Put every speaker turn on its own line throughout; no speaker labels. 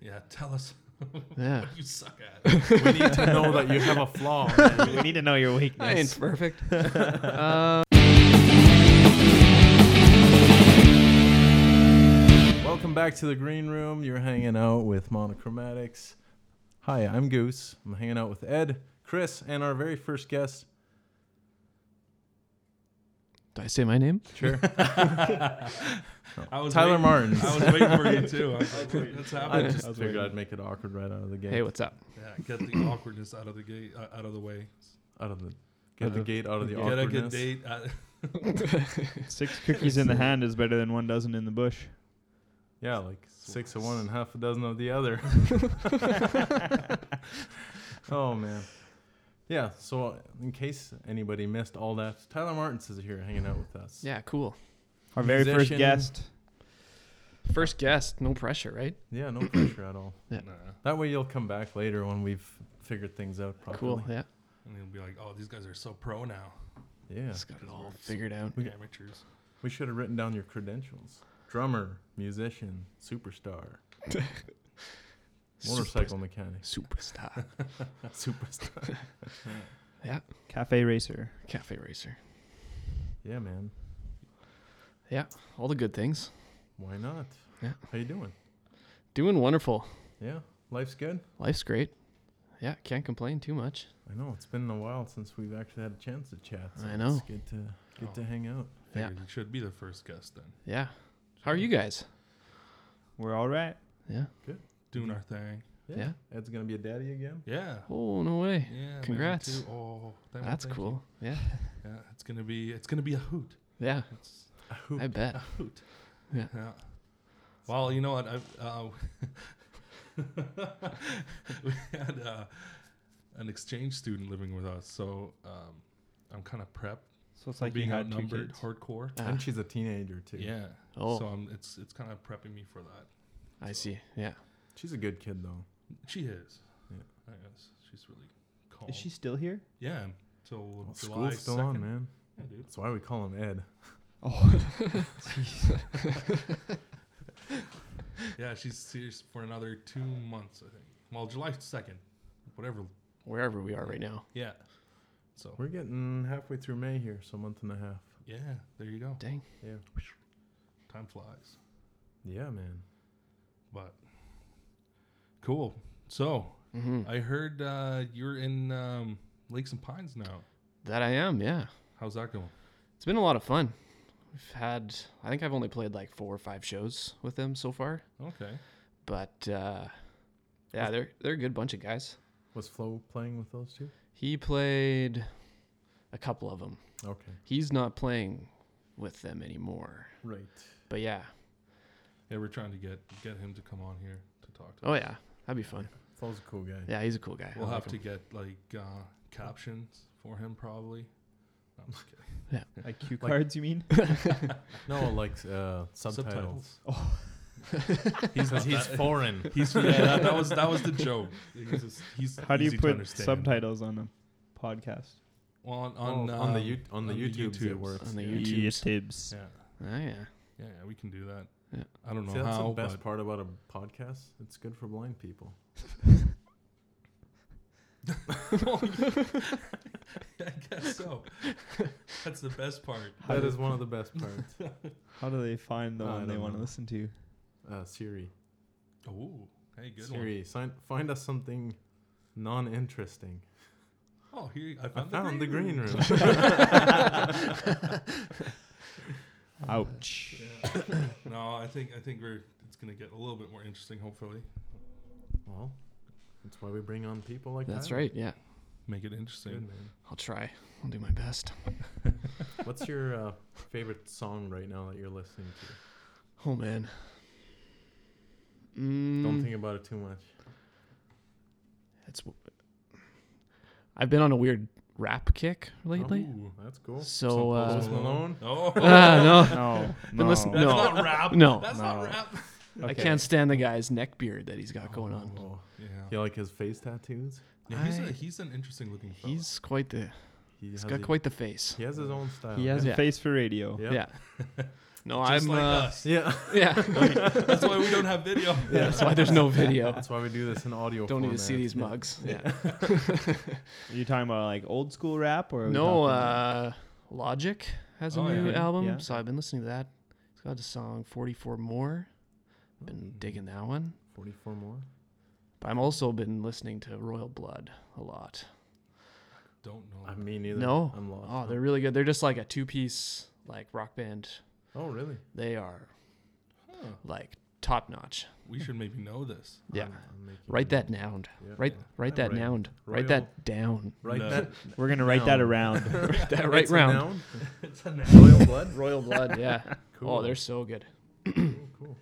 Yeah, tell us
Yeah.
what you suck at. we need to know that you have a flaw.
we need to know your
I ain't
weakness.
perfect.
Welcome back to the green room. You're hanging out with Monochromatics. Hi, I'm Goose. I'm hanging out with Ed, Chris, and our very first guest.
Did I say my name?
Sure.
I was
Tyler
waiting,
Martin.
I was waiting for you too. I was like, what's
I
happening?
just figured I'd make it awkward right out of the gate.
Hey, what's up?
yeah, get the awkwardness out of the gate, uh, out of the way.
out of the get the
of-
gate out of the
Uh, get a
awkwardness.
good date. Uh,
Six cookies in the hand is better than one dozen in the bush.
Yeah, like six of one and half a dozen of the other. oh man. Yeah. So in case anybody missed all that, Tyler Martins is here hanging out with us.
Yeah, cool.
Our very
Musician.
first guest.
First guest, no pressure, right?
Yeah. No pressure at all.
Yeah.
nah.
That way you'll come back later when we've figured things out properly.
Cool. Yeah.
And you'll be like, oh, these guys are so pro now.
Yeah.
Just got it all figured out.
We-
Amateurs.
We should have written down your credentials: drummer, musician, superstar, motorcycle mechanic,
Superstar.
superstar.
yeah.
Cafe Racer.
Cafe racer.
Yeah, man.
Yeah. All the good things.
Why not?
Yeah.
How you doing?
Doing wonderful.
Yeah. Life's good.
Life's great. Yeah. Can't complain too much.
I know it's been a while since we've actually had a chance to chat.
I
It's
know.
good to good
Oh.
to hang out.
Yeah.
Figured You should be the first guest then.
Yeah. How are you guys?
We're all right.
Yeah.
Doing
Mm-hmm.
our thing.
Yeah.
Ed's gonna be a daddy again.
Yeah.
Oh, no way.
Yeah. man,
Congrats.
too. Oh, thank-
That's
thank you.
cool. Yeah.
Yeah, it's gonna be it's gonna be a hoot.
Yeah.
It's
A hoot.
I bet.
a hoot.
Yeah.
Well, you know what? I uh, we had uh, an exchange student living with us, so um, I'm kind of prepped
So it's
for
like
being
you had two
outnumbered
kids.
hardcore.
Ah,
and she's a teenager too.
Yeah.
Oh.
So I'm, it's it's kind of prepping me for that.
I see. Yeah.
She's a good kid though.
She is.
Yeah.
I guess she's really calm.
Is she still here?
Yeah. So
Well,
July
Oh, school's still
2nd.
on, man.
Yeah, dude.
That's why we call him Ed.
Yeah, she's serious for another two months, I think. Well, July second, whatever.
Wherever we are right now.
Yeah. So
We're getting halfway through May here, so a month and a half.
yeah, there you go.
Dang.
Yeah.
Time flies.
Yeah, man.
But cool. So
hmm
I heard uh, you're in um, Lakes and Pines now.
That I am. Yeah.
How's that going?
It's been a lot of fun. We've had, I think I've only played like four or five shows with them so far,
Okay.
but uh, yeah, they're they're a good bunch of guys.
Was Flo playing with those two?
He played a couple of them.
Okay.
He's not playing with them anymore,
Right.
but yeah,
Yeah, we're trying to get get him to come on here to talk to.
oh
us.
yeah, that'd be fun.
Flo's a cool guy.
Yeah, he's a cool guy. I
We'll
like
have to
him.
get like uh, captions for him probably. No, I'm just kidding.
Like cue
Like-
cards, you mean?
No, like uh, subtitles.
Oh.
He's
Because
not
he's
that-
foreign.
He's yeah, that, that was that was the joke. He's just- he's
How do you
easy to
put
understand.
subtitles on a podcast?
Well, on
on,
on,
on the
um,
U- on the
on the
YouTubes it
YouTubes.
works.
on the
Yeah.
YouTube.
YouTubes.
Yeah,
Oh yeah,
yeah, yeah, we can do that.
Yeah.
I don't know
See, that's
how,
the best
but
part about a podcast. It's good for blind people.
I guess so. That's the best part.
How
That
do-
is one of the best parts.
How do they find the
I
one they
don't
want to
know.
listen to?
Uh, Siri.
Oh, hey, good
Siri, sign, find us something non-interesting.
one. Oh, here I
I
found,
found the green room.
Ouch.
Yeah. no, I think I think we're it's gonna get a little bit more interesting. Hopefully,
well, that's why we bring on people like
that's
that.
right. Yeah,
make it
Good,
interesting.
man.
I'll try. I'll do my best.
What's your uh, favorite song right now that you're listening to?
Oh man.
Don't
Mm,
think about it too much.
it's. w- I've been on a weird rap kick lately.
Ooh.
That's cool.
Some
So uh,
Post Malone.
Oh,
Ah, no.
No.
Then listen-
that's
no.
not rap.
No.
that's not
No.
rap.
I
Okay.
can't stand the guy's neck beard that he's got going on.
Oh,
Yeah,
you like his face tattoos?
Yeah, he's, a,
I-
he's an interesting looking. fella.
He's quite the
He
he's
has
got
a-
quite the face.
He has his own style.
He has
Yeah.
a face for radio.
Yeah.
Yeah. No,
Just
I'm.
like
uh,
us.
Yeah.
Yeah,
That's why we don't have video.
that's why there's no video.
That's why we do this in audio.
Don't need to see
format.
these mugs. Yeah.
Are you talking about like old school rap or are we
No,
talking-
uh, Logic has a
Oh,
new
yeah.
album,
Yeah.
so I've been listening to that. It's got a song 44 More. I've been digging that one.
Forty-four more.
But I'm also been listening to Royal Blood a lot.
Don't know.
I mean, neither.
No.
I'm lost.
Oh, they're really good. They're just like a two piece like rock band.
Oh, really?
They are
Huh.
like top notch.
We should maybe know this.
Yeah.
I'm- I'm making-
Write that down.
Yeah.
Write write that
Right.
down.
Royal-
Write that down.
Write
No.
that.
We're gonna write that
No.
around.
That right
It's a
round.
noun?
It's a
Royal blood.
Royal Blood, yeah.
Cool.
Oh, they're so good.
Cool, cool.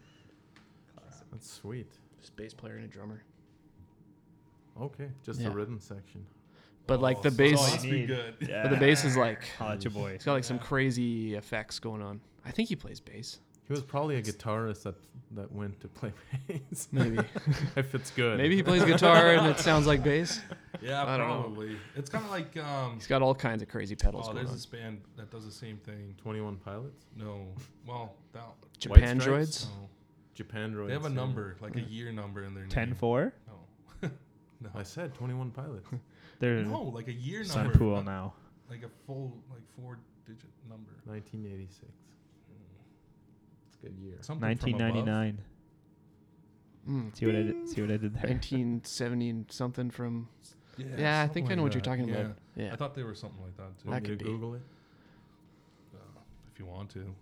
That's sweet.
Just bass player and a drummer.
Okay, just
Yeah.
the rhythm section.
But like the
bass.
bass
you
be
need.
good.
yeah.
but the bass is like
Holla at your boy.
It's got like some crazy effects going on. I think he plays bass.
He was probably a guitarist that that went to play bass.
Maybe.
if it's good.
Maybe he plays guitar and it sounds like bass.
Yeah,
I don't know.
probably. It's kind of like um.
He's got all kinds of crazy pedals
Oh,
going
there's
on.
this band that does the same thing.
Twenty One Pilots,
No, well, that
White
Japan
Stripes?
droids.
no.
Japan Droids.
They have a
yeah.
number, like a year number in their name.
Ten four.
No. no.
I said Twenty One Pilots.
They're
No, like a year number.
Sunpool
not
now.
Like a full, like four digit number.
Nineteen eighty six. It's a good year.
Something
Nineteen ninety nine.
Mm.
See what I did. See what I did there.
1970 and something from.
Yeah,
Yeah, I
something
think I
like
know what
that.
you're talking
yeah.
about. Yeah.
I thought they were something like that too.
Want
That
me
could
to
be.
Google it?
Uh, if you want to,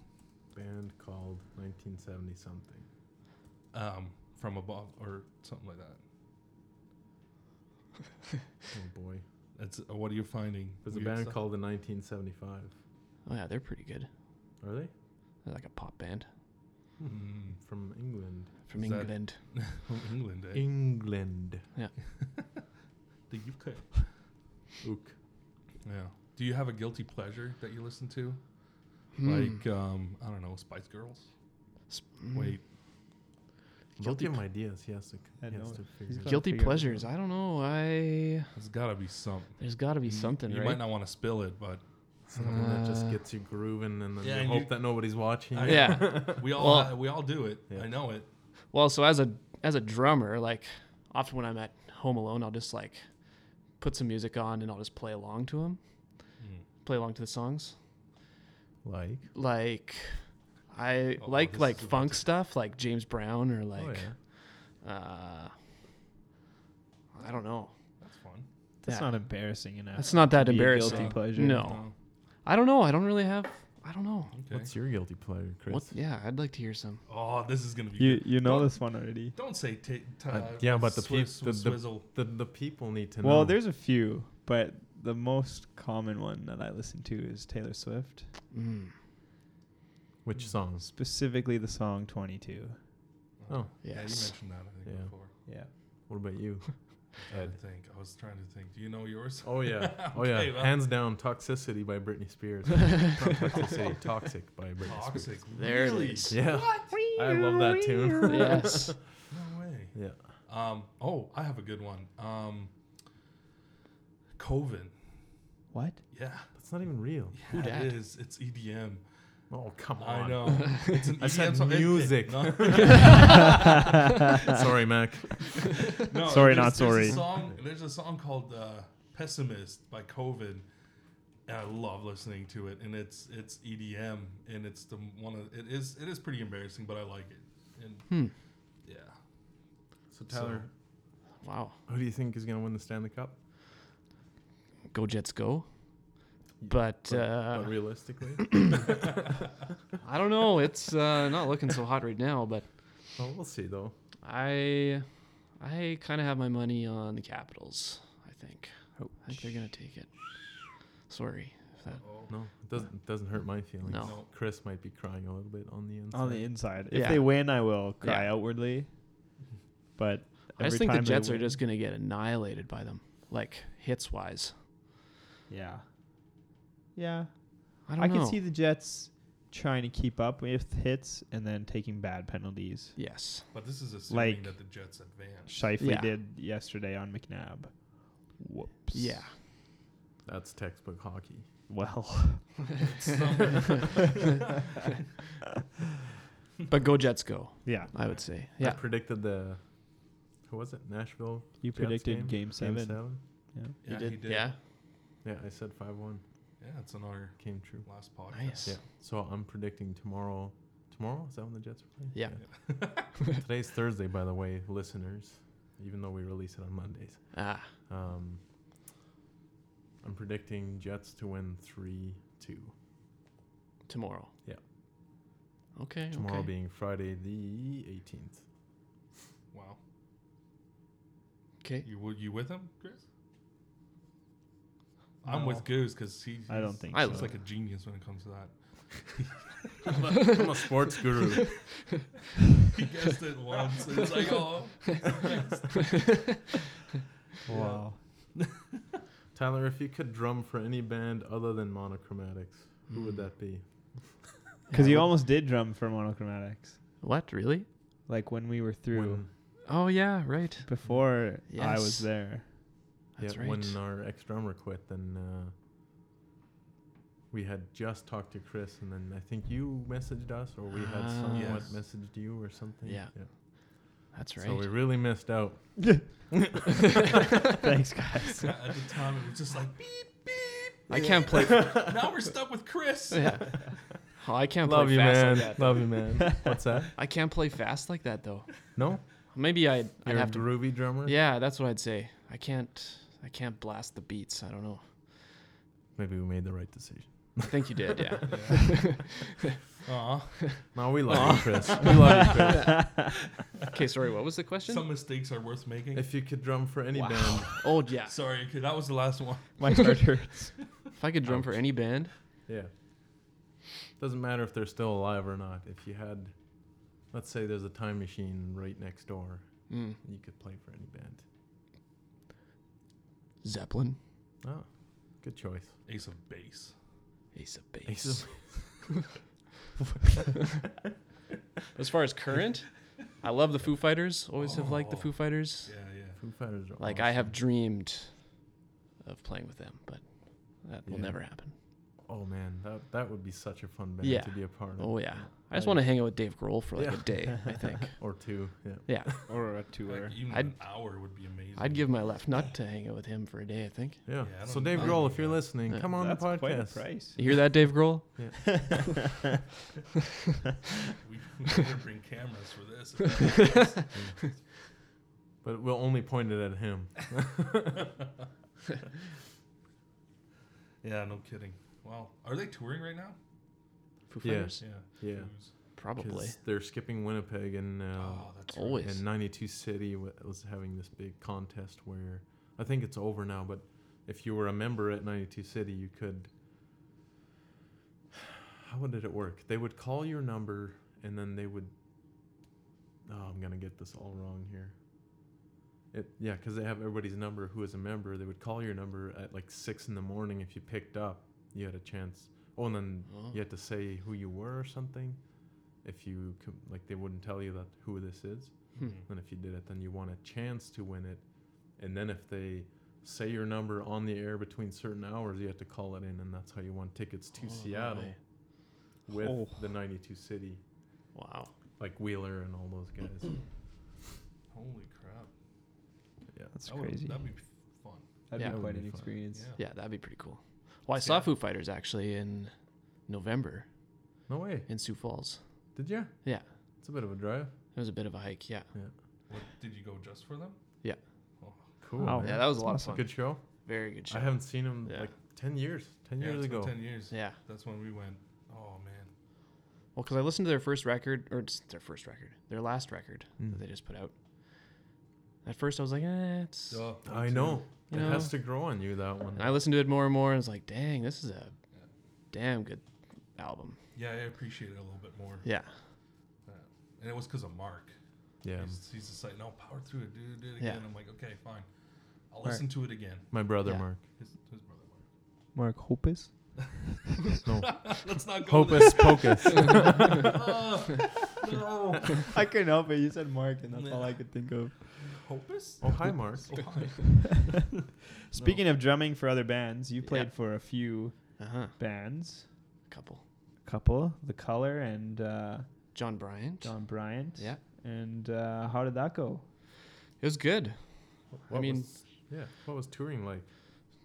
Band called nineteen seventy something.
um, from above or something like that.
Oh boy.
It's uh, what are you finding?
There's a
Weird
band
stuff?
called the nineteen seventy five.
Oh, yeah, they're pretty good.
Are they?
They're like a pop band
Mm,
From England.
from
Is that-
England.
from England. Eh?
England.
the UK.
Ook.
Yeah. Do you have a guilty pleasure that you listen to?
Hmm.
Like um, I don't know, Spice Girls.
S- mm.
Wait,
Don't
Guilty
give him ideas. He has to.
I
He has
know.
to
He's
figure. it out.
got-
Guilty
figure it out.
pleasures. I don't know. I.
there's got to be something.
There's got to be
You-
something,
You
right?
might not want to spill it, but
Something that just
Uh,
gets you grooving, and then
Yeah,
you
and
hope
you-
that nobody's watching.
I-
yeah.
we all
Well-
uh, we all do it.
Yeah.
I know it.
Well, so as a as a drummer, like often when I'm at home alone, I'll just like put some music on and I'll just play along to them,
Hmm.
Mm.
play along to the songs.
Like. oh,
Like I
Oh, this
like
is
like
about
funk
to-
stuff, like James Brown or
oh
like
yeah.
uh I don't know.
That's fun.
That's
Yeah.
not embarrassing enough.
That's not that
to be a
embarrassing.
Guilty pleasure.
No. I don't know. I don't really have I don't know.
Oh, Okay.
What's your guilty pleasure, Chris?
What yeah, I'd like to hear some.
oh, this is gonna be.
You
good.
you know
Don't-
this one already.
Don't say ta ta-
Uh, yeah, but the peop-
swizz-
the- the-
swizzle.
The the people need to know.
Well, there's a few, but the most common one that I listen to is Taylor Swift,
Mm,
which songs?
specifically the song 22.
Oh,
yeah. You
yes.
mentioned that I think
Yeah.
before.
Yeah.
what about you?
I
Ed.
think I was trying to think. Do you know yours?
Oh yeah, oh yeah.
Okay, well-
Hands down, "Toxicity" by Britney Spears. Not toxicity, "Toxic" by Britney Spears.
Toxic.
There it
really?
is.
Yeah, I love that tune.
yes.
No way.
yeah,
Um. Oh, I have a good one. Um. Coven.
What?
Yeah.
that's not even real.
Who
yeah,
dat?
It is. It's E EDM.
Oh come on.
I know. It's an
I said
song. It- it-
music.
no,
Sorry, Mac.
no,
Sorry, not
there's- There's
sorry.
a song, there's a song called uh, "Pessimist" by Coven, and I love listening to it. And it's it's EDM, and it's the one of it is it is pretty embarrassing, but I like it. And
Hmm.
yeah,
So Tyler,
Wow.
who do you think is gonna win the Stanley Cup?
Go Jets go. But
But-
uh
but realistically,
I don't know. It's uh, not looking so hot right now, but
oh, we'll see though.
I I kind of have my money on the Capitals. I think.
Oh,
I think they're gonna take it. Sorry. If that,
oh,
No, it doesn't doesn't hurt my feelings.
No.
No.
Chris might be crying a little bit on the inside.
On the inside. If
Yeah.
they win, I will cry
Yeah.
outwardly. But
I just
every
think the
time they
Jets are
win-
just gonna get annihilated by them, like hits wise.
Yeah. Yeah.
I
I,
don't know.
can see the Jets trying to keep up with hits and then taking bad penalties.
yes.
but this is assuming
Like-
that the Jets advance.
Shifley
Yeah.
did yesterday on McNabb. Whoops.
Yeah.
That's textbook hockey.
well.
But go Jets go,
Yeah.
I would say.
I
Yeah.
predicted the. Who was it? Nashville.
You
Jets
predicted game,
game
seven.
Yeah,
you did.
he did.
Yeah.
Yeah, I said five one.
Yeah, it's on our
Came true.
last podcast.
Nice.
Yeah. So I'm predicting tomorrow. Tomorrow is that when the Jets are playing?
Yeah.
Today's Thursday, by the way, listeners. Even though we release it on Mondays,
Ah,
um, I'm predicting Jets to win three two.
tomorrow.
Yeah.
Okay.
Tomorrow
okay.
being Friday the 18th.
Wow.
Okay.
You w- you with him, Chris? I'm
No.
with Goose because he.
I don't
he's-
think
I
so.
He's like a genius when it comes to that.
I'm a- I'm a sports guru.
He guessed it once. and It's like, oh,
wow.
Tyler, if you could drum for any band other than Monochromatics, who would
Hmm.
that be?
Because
Yeah.
you almost did drum for monochromatics.
What? Really?
Like when we were through
When-
Oh yeah, right.
before I
Yes.
was there.
That's
yeah,
right.
when our ex drummer quit, then uh, we had just talked to Chris, and then I think you messaged us, or we had
Ah.
someone
Yes.
messaged you or something.
Yeah. That's right.
So we really missed out.
Thanks, guys.
at the time it was just like beep beep.
I can't play.
now we're stuck with Chris.
yeah. Oh, I can't
Love
play
you,
fast
man.
like that.
Love you, man. What's that?
I can't play fast like that though.
No,
Maybe I'd, I'd
you're a
have to.
groovy drummer.
Yeah, that's what I'd say. I can't. I can't blast the beats. I don't know.
Maybe we made the right decision.
I think you did. Yeah.
Aw.
No, we love you, Chris. We love you, Chris.
Okay. Sorry. What was the question?
Some mistakes are worth making.
If you could drum for any
Wow.
band,
oh yeah.
Sorry, 'cause that was the last one.
My heart hurts.
If I could drum for any band,
yeah. Doesn't matter if they're still alive or not. If you had, let's say there's a time machine right next door,
mm,
you could play for any band.
Zeppelin,
Oh, good choice.
Ace of Base.
Ace of Base.
Ace of-
as far as current, I love the Foo Fighters. Always have liked the
Oh.
Foo Fighters.
Yeah, yeah.
Foo Fighters are
Like
awesome.
I have dreamed of playing with them, but that will
Yeah.
never happen.
Oh man, that that would be such a fun band
Yeah.
to be a part of.
Oh yeah, I just
I-
want to hang out with Dave Grohl for like
Yeah.
a day. I think.
Or two. Yeah.
Yeah,
Or a
Like, even
I'd-
an hour would be amazing.
I'd give my left nut to hang out with him for a day. I think.
Yeah.
Yeah, I
so
don't-
Dave
I don't
Grohl,
know
if you're
that.
listening,
Yeah.
come on
That's
the podcast.
quite a price.
You hear that, Dave Grohl?
We, we should bring cameras for this. if that happens.
But we'll only point it at him.
yeah, no kidding. Wow. Are they touring right now?
Foo
Yeah.
Fighters?
Yeah.
Yeah.
Who's-
'Cause
Probably.
They're skipping Winnipeg and uh,
Oh, that's right.
Always.
and 92 City wa- was having this big contest where I think it's over now, but if you were a member at 92 City, you could. How did it work? They would call your number and then they would. Oh, I'm going to get this all wrong here. It, yeah, because they have everybody's number who is a member. They would call your number at like 6 in the morning. If you picked up, you had a chance. Oh, and then
Oh.
you had to say who you were or something. If you com- like, they wouldn't tell you that who this is.
Hmm.
Mhm.
And if you did it, then you want a chance to win it. And then if they say your number on the air between certain hours, you have to call it in, and that's how you won tickets to
Oh,
Seattle
right.
with
Oh.
the 92 City,
Wow.
like Wheeler and all those guys.
Holy crap.
That's
That would-
crazy.
That'd be f- fun.
That'd
Yeah.
be
That would
quite
be
an
fun.
experience.
Yeah.
Yeah, that'd be pretty cool. Well, I saw
Yeah.
Foo Fighters actually in November
no way.
in Sioux Falls.
Did you?
Yeah.
It's a bit of a drive.
It was a bit of a hike. Yeah.
What, did you go just for them?
Cool.
Wow.
man.
Yeah, that was a lot of
It's Oh, a
fun.
good show.
Very good show.
I haven't seen him
Yeah.
like 10 years. 10
yeah,
years
it's been
ago.
10 years.
Yeah.
That's when we went. Oh, man.
Well, because I listened to their first record, or it's their first record, their last record
Mm.
that they just put out. At first, I was like, eh, it's.
Duh, me
I
too.
know.
You
it
know.
has to grow on you, that one.
And I listened to it more and more, and I was like, dang, this is a damn good album.
Yeah, I appreciate it a little bit more.
Yeah.
And it was because of Mark.
yeah.
He's, he's just like, no, power through it, dude. Do it
Yeah.
again. I'm like, okay, fine. I'll
Mark.
listen to it again.
My brother,
Yeah.
Mark.
His, his brother Mark.
Mark Hopus.
No.
Let's not go there. Ah.
Hopus Pocus.
No.
I couldn't help it. You said Mark, and that's
Yeah.
all I could think of.
Hopus?
oh, hi, Mark.
Oh, hi.
Speaking of drumming for other bands, you played for a few
Uh huh.
bands.
A couple.
Couple, The Color, and uh,
John Bryant.
John Bryant.
Yeah.
And uh, how did that go?
It was good.
What
mean-
was- yeah. What was touring like?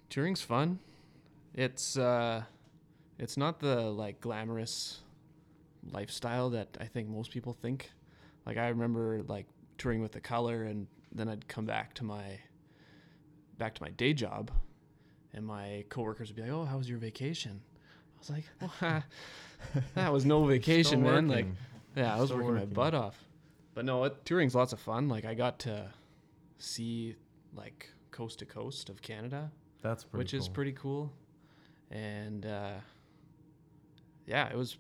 touring's fun it's uh it's not the like glamorous lifestyle that i think most people think like i remember like touring with the color and then i'd come back to my back to my day job and my coworkers would be like oh how was your vacation i was like that was no vacation
Still
man like
working.
yeah, I was
Still
working, my
working.
butt off. But no, it, touring's lots of fun. Like I got to see like coast to coast of Canada,
that's pretty
which is
cool.
pretty cool. And uh, yeah, it was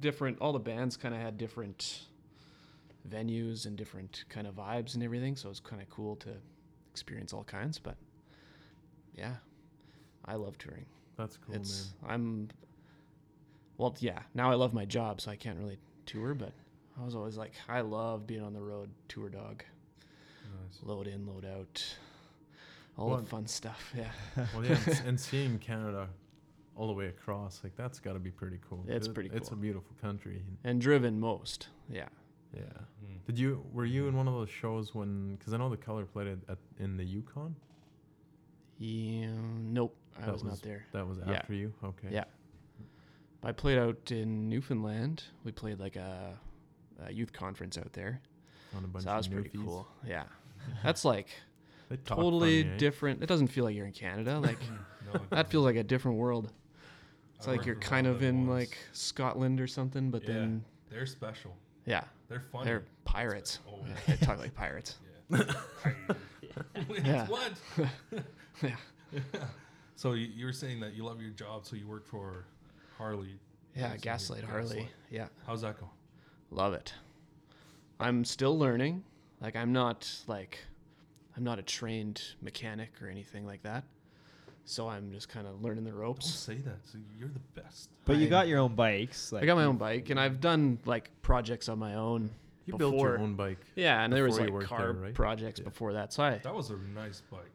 different. All the bands kind of had different venues and different kind of vibes and everything. So it was kind of cool to experience all kinds. But yeah, I love touring
That's cool,
it's I'm well, yeah. Now I love my job, so I can't really tour. But I was always like, I love being on the road, tour dog,
Nice.
load in, load out, all
Well,
the fun stuff. Yeah,
man. Well, yeah, and, s- and seeing Canada all the way across, like that's got to be pretty cool.
It's pretty
It's a
cool.
beautiful country.
and driven most. Yeah,
Yeah.
Mm.
Did you were you in one of those shows when? Because I know the color played it at, in the Yukon.
yeah. Nope, I
That
was,
was-
not there.
That was
Yeah.
after you. Okay.
Yeah. I played out in Newfoundland. We played like a, a youth conference out there.
On a bunch
So that
of
was pretty
newfies.
cool. Yeah, that's like
They talk
totally
funny, eh?
different. It doesn't feel like you're in Canada. Like
Hmm. No, it
that
doesn't.
feels like a different world. It's
I
like
worked
you're
with
kind
all
of
them
in
once.
like Scotland or something, but
Yeah.
then
they're special.
yeah,
They're funny.
they're pirates.
oh,
Yeah, they talk like pirates.
yeah. Wait,
Yeah.
What?
Yeah.
So you, you were saying that you love your job, so you work for Harley.
Yeah,
Yeah, so
Gaslight
you're
Harley.
Gaslight.
Yeah,
How's that going?
love it. I'm still learning. Like I'm not like I'm not a trained mechanic or anything like that. So I'm just kind of learning the
Don't
ropes.
say that. So you're the best.
But you
I-
got your own bikes. Like
I got my own bike and I've done like projects on my own.
You built your
before.
own bike.
Yeah, and there was
Before you
like
worked
car
there, right?
projects
Yeah.
before that. So I
That was a nice bike.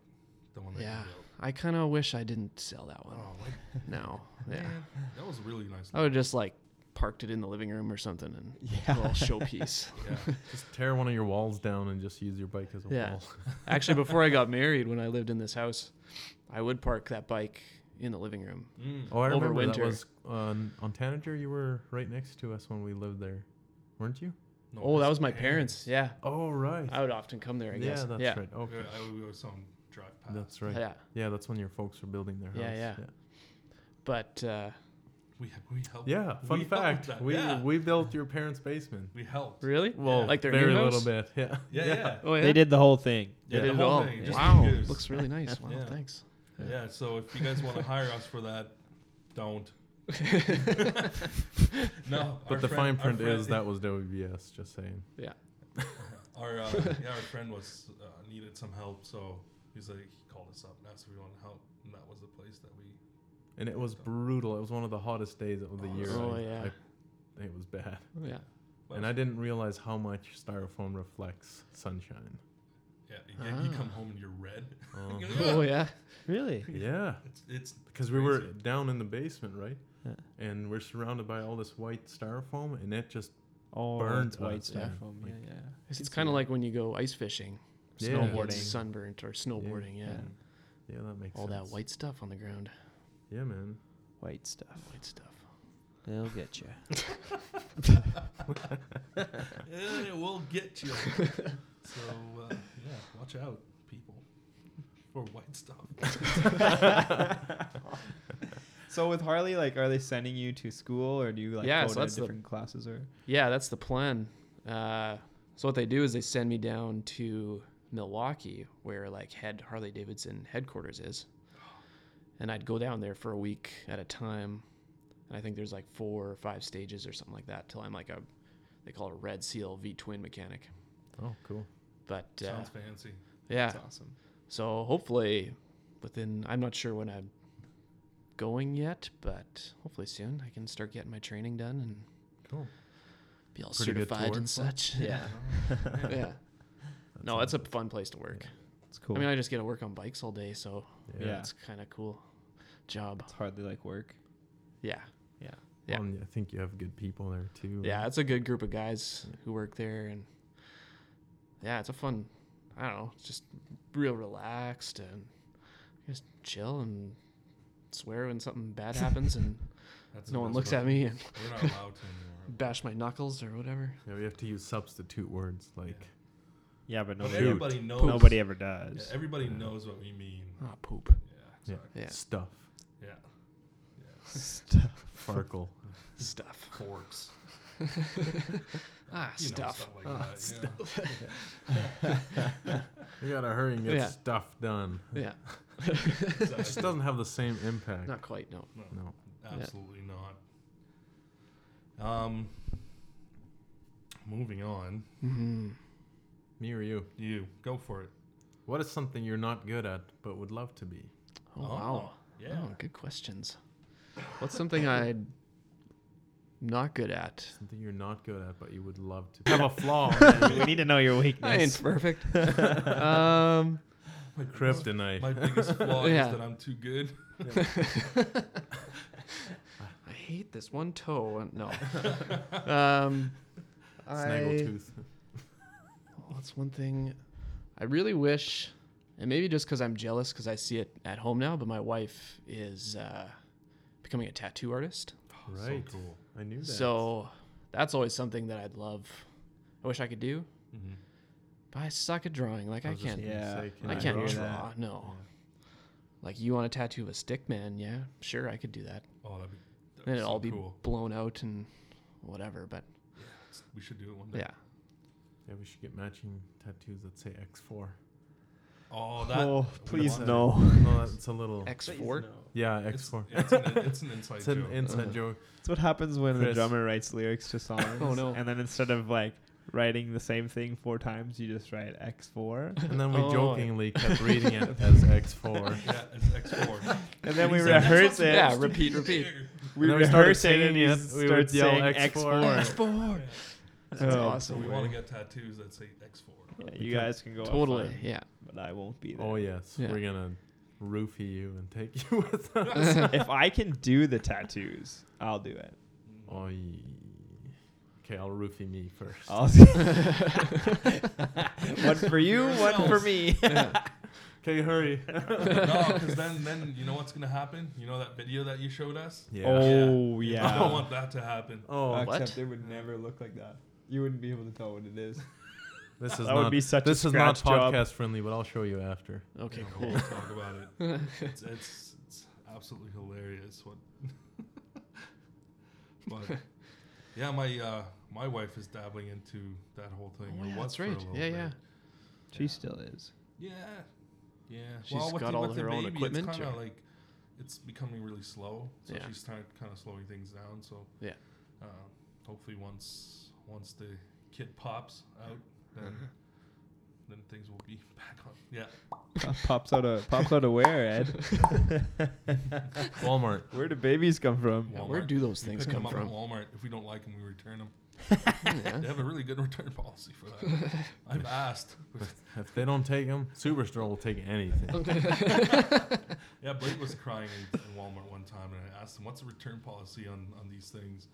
The one that
yeah,
you built.
I kind of wish I didn't sell that one.
Oh, like,
No. Yeah. Oh.
man, that was a really nice.
I would have just like parked it in the living room or something and a
Yeah.
little showpiece.
Yeah.
Just tear one of your walls down and just use your bike as a
Yeah.
wall.
Actually, before I got married, when I lived in this house, I would park that bike in the living room.
Mm.
Oh, I
Over
remember
winter.
that was on on Tanager. You were right next to us when we lived there, weren't you?
No,
Oh, that
his
was my parents. Yeah,
Oh right.
I would often come there. I
yeah,
guess.
that's
yeah.
right. Okay,
Yeah, I would go some drive past.
that's right.
Yeah,
Yeah, that's when your folks were building their house.
Yeah, yeah. but uh,
We we helped.
yeah. Yeah, fun
we helped
fact:
that,
we
yeah.
we built your parents' basement.
we helped.
really,
Well,
Yeah.
like their
very
new
little
house?
bit. Yeah,
Yeah, yeah.
Oh yeah,
They did the whole thing.
They
Yeah,
did
the
it
Oh,
whole
all.
thing, just
Wow,
because.
looks really nice. Wow,
Yeah.
thanks.
Yeah.
Yeah, so if you guys want to hire us for that, don't. no,
But
our
the fine
friend- our
print
friend-
is that was WBS. Just saying.
Yeah.
our uh, yeah, our friend was uh, needed some help, so he's like he called us up and asked if we wanted help, and that was the place that we.
And it was brutal. It was one of the hottest days of the
Oh,
year.
oh,
I-
yeah.
I- it was bad.
Oh, Yeah.
And I didn't realize how much styrofoam reflects sunshine.
Yeah, you, get- you
Ah.
come home and you're red.
Oh.
Oh yeah.
Really?
yeah,
It's it's
because we were
Crazy.
down in the basement, right?
Yeah.
And we're surrounded by all this white styrofoam, and it just
Oh,
Burnt
it's white
us,
stuff.
yeah.
From,
Like-
yeah, yeah.
It's, kind of like when you go ice fishing,
Yeah.
snowboarding,
Snowboarding.
sunburnt or snowboarding. Yeah.
yeah.
yeah, that makes
All that
sense.
white stuff on the ground.
Yeah, man.
white stuff.
White stuff.
They'll get you.
eh, we'll get you. so uh, yeah, watch out, people, for white stuff.
so with Harley, like, are they sending you to school, or do you like
Yeah,
go
so
to
that's the-
different classes, or
Yeah, that's the plan. Uh, so what they do is they send me down to Milwaukee, where like head Harley Davidson headquarters is, and I'd go down there for a week at a time. And I think there's like four or five stages or something like that till I'm like a, they call it a Red Seal V twin mechanic.
Oh, cool.
But uh,
Sounds fancy.
yeah,
that's awesome.
so hopefully within I'm not sure when I'm going yet, but hopefully soon I can start getting my training done and
Cool.
be all
Pretty good to
certified
work for.
and such.
Yeah.
yeah. No,
sounds
that's a fun place to work.
It's cool.
I mean, I just get to work on bikes all day, so
Yeah.
Yeah.
it's kind of cool. job.
It's hardly like work.
Yeah.
Yeah.
Yeah.
Well, and I think you have good people there too.
Yeah, it's a good group of guys who work there, and yeah, it's a fun. I don't know, it's just real relaxed and just chill and swear when something bad happens and
That's the
no one
best
looks
part.
at me and
We're not allowed to anymore.
bash my knuckles or whatever.
Yeah, we have to use substitute words like
Yeah, but
But
Shoot.
nobody,
everybody knows.
nobody ever
Yeah,
does.
everybody
Yeah.
knows what we mean.
Ah, poop.
Yeah. Sorry.
Yeah,
stuff,
Yeah.
farkle.
stuff.
Forks.
Ah,
You know,
stuff.
stuff like
Ah,
that. you know.
We gotta hurry and get
Yeah.
stuff done.
yeah,
It just
Exactly.
doesn't have the same impact.
not quite. No.
No,
No.
absolutely not. Um, moving on.
Mm-hmm.
Me or you?
You go for it.
What is something you're not good at but would love to be?
Oh, wow.
Yeah.
Oh, good questions. What's something I'm not good at?
Something you're not good at but you would love to be. have a flaw.
we need to know your
I ain't
weakness.
perfect. um,
My biggest-
Kryptonite.
My biggest flaw
Yeah.
is that I'm too good.
I hate this one toe. and- No. Um, I,
Snaggletooth.
that's one thing. I really wish, and maybe just because I'm jealous because I see it at home now, but my wife is uh, becoming a tattoo artist.
Right.
So cool.
I knew that.
So that's always something that I'd love. I wish I could do,
Mm-hmm.
but I suck at drawing. Like I,
was just
can't.
gonna
Yeah,
say,
I
you
can't
draw?
draw.
that.
No. Like you want a tattoo of a stick man? Yeah, sure, I could do that.
Oh, that'd be. That'd
Then it'd
so
all be
cool.
blown out and whatever. But
We should do it one day.
yeah,
Yeah, we should get matching tattoos that say X4.
Oh, that.
oh,
we
please
want
no.
No, that's a
oh.
little.
X four.
Yeah,
it. It's,
X4.
it's, an, it's an inside
It's an
joke.
inside
Uh.
joke.
That's what happens when the
Chris.
drummer writes lyrics to songs.
Oh, no.
And then instead of like writing the same thing four times, you just write X four.
And then we
Oh.
jokingly kept reading it as X4.
yeah, it's X4.
And then we
Exactly. That's
rehearse
what's-
it.
Yeah, repeat, repeat.
We
And then we started
rehearse it and
singing
you
it, we would
start
yell
saying
X4.
X4.
X4. That's
Oh,
So
awesome.
we want to get tattoos that say X4.
Yeah,
We
you
can-
guys can go have
Totally.
fun,
Yeah.
but I won't be there.
Oh, yes.
Yeah.
We're going to roofie you and take you with us.
if I can do the tattoos, I'll do it.
Oh, okay, I'll roofie me first.
I'll one for you, one for me.
Okay, hurry.
no, because then, then you know what's gonna happen. You know that video that you showed us.
Yeah.
Oh
I
yeah.
don't want that to happen.
Oh,
Uh, What?
it would never look like that. You wouldn't be able to tell what it is.
this is
That
not
would be such
this
a
is not
scratch job.
podcast friendly, but I'll show you after.
Okay.
You know,
Cool.
We'll talk about it. It's, it's, it's absolutely hilarious. What? but yeah, my uh, my wife is dabbling into that whole thing.
Oh,
or
yeah,
was
that's
for a
right.
little
Yeah,
bit.
yeah.
She still is.
Yeah, yeah.
She's
well, with
got
the,
all
with the
her own
baby,
equipment,
It's kind
or-
of like it's becoming really slow, so
Yeah.
she's kind of kind of slowing things down. So
Yeah.
uh, hopefully once once the kid pops out, then
Mm-hmm.
then things will be back on. Yeah,
pops out of pops out of where, Ed?
Walmart.
Where do babies come from?
Yeah, where do those
We
things
pick
come
them
from?
Up at Walmart. If we don't like them, we return them.
Yeah.
They have a really good return policy for that. I've asked.
If they don't take them, Superstore will take anything.
Yeah, Blake was crying in, in Walmart one time, and I asked him, "What's the return policy on, on these things?"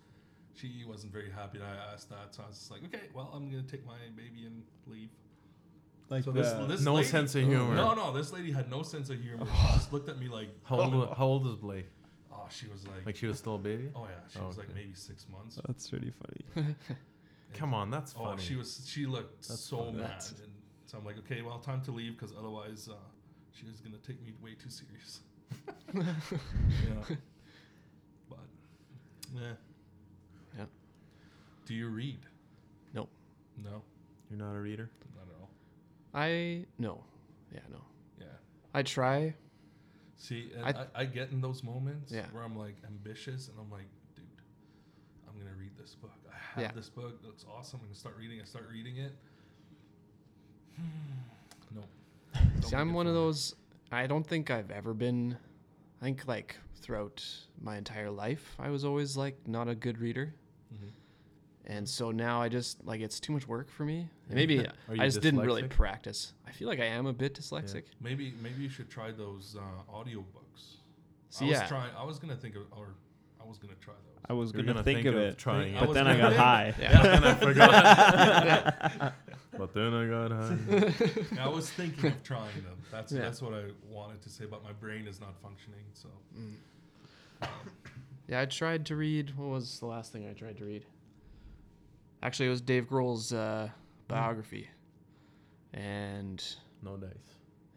She wasn't very happy that I asked that, so I was just like, "Okay, well, I'm gonna take my baby and leave."
Like
So this, this
no
lady-
sense of humor.
No, no, this lady had no sense of humor. She just looked at me like,
Oh. How old, how old is Blake?
"Oh, she was like,
Like she was still a baby?
oh yeah, she
Oh,
was like
okay. Uh,
maybe six months."
That's really funny.
Come on, that's
Oh,
funny.
she was. She looked
That's
so
funny.
mad,
That's-
and so I'm like, "Okay, well, time to leave because otherwise, uh, she was gonna take me way too serious." yeah, but yeah.
Yeah.
Do you read?
Nope.
No,
You're not a reader?
not at all.
I no. Yeah, no.
Yeah.
I try.
See, and
I-
I, I get in those moments
Yeah.
where I'm like ambitious, and I'm like, dude, I'm gonna read this book. I have
Yeah.
this book. It looks awesome. I'm gonna start reading. I start reading it. no. Don't
See,
make
I'm
it
one of
for me.
those. I don't think I've ever been. I think like throughout my entire life, I was always like not a good reader,
Mhm.
and so now I just like it's too much work for me. And maybe
Are you
I just didn't really
dyslexic?
practice. I feel like I am a bit dyslexic.
Maybe maybe you should try those uh, audiobooks.
So
I was
yeah.
trying. I was gonna think of, or I was gonna try those.
I was
You're
gonna, think, of, it,
trying,
I
but
was
then I
gonna
got
think-
high.
Yeah.
and I forgot. but then I got high.
Yeah, I was thinking of trying them. That's
Yeah.
that's what I wanted to say, but my brain is not functioning. So
Yeah, I tried to read. What was the last thing I tried to read? Actually, it was Dave Grohl's uh, biography, and
No dice.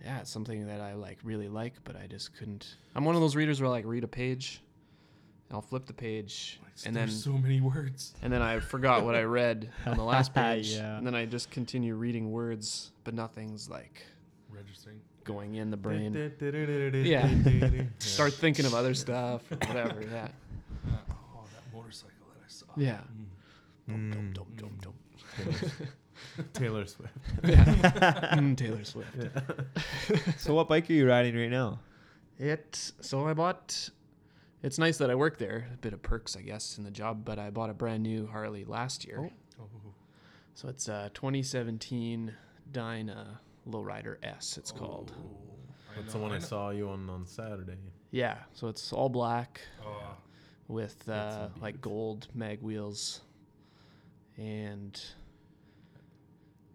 yeah, it's something that I like really like, but I just couldn't. I'm one of those readers where I like read a page, and I'll flip the page, and then
there's so many words.
and then I forgot what I read on the last page,
Yeah.
and then I just continue reading words, but nothing's like
Registering.
going in the brain.
Yeah.
Start thinking of other stuff, whatever. Yeah,
Uh, oh, that motorcycle that I saw.
yeah.
Mm.
Dum,
Mm,
dum, dum, dum.
Taylor Swift.
Mm, Taylor Swift.
so what bike are you riding right now?
It so I bought. It's nice that I work there. A bit of perks, I guess, in the job. But I bought a brand new Harley last year,
Oh,
so it's a 2017 Dyna Lowrider S. It's called.
oh,
That's the
know,
one I
know.
saw you on on Saturday.
Yeah, so it's all black
Oh,
with
That's
uh,
a
like
beaut.
gold mag wheels, and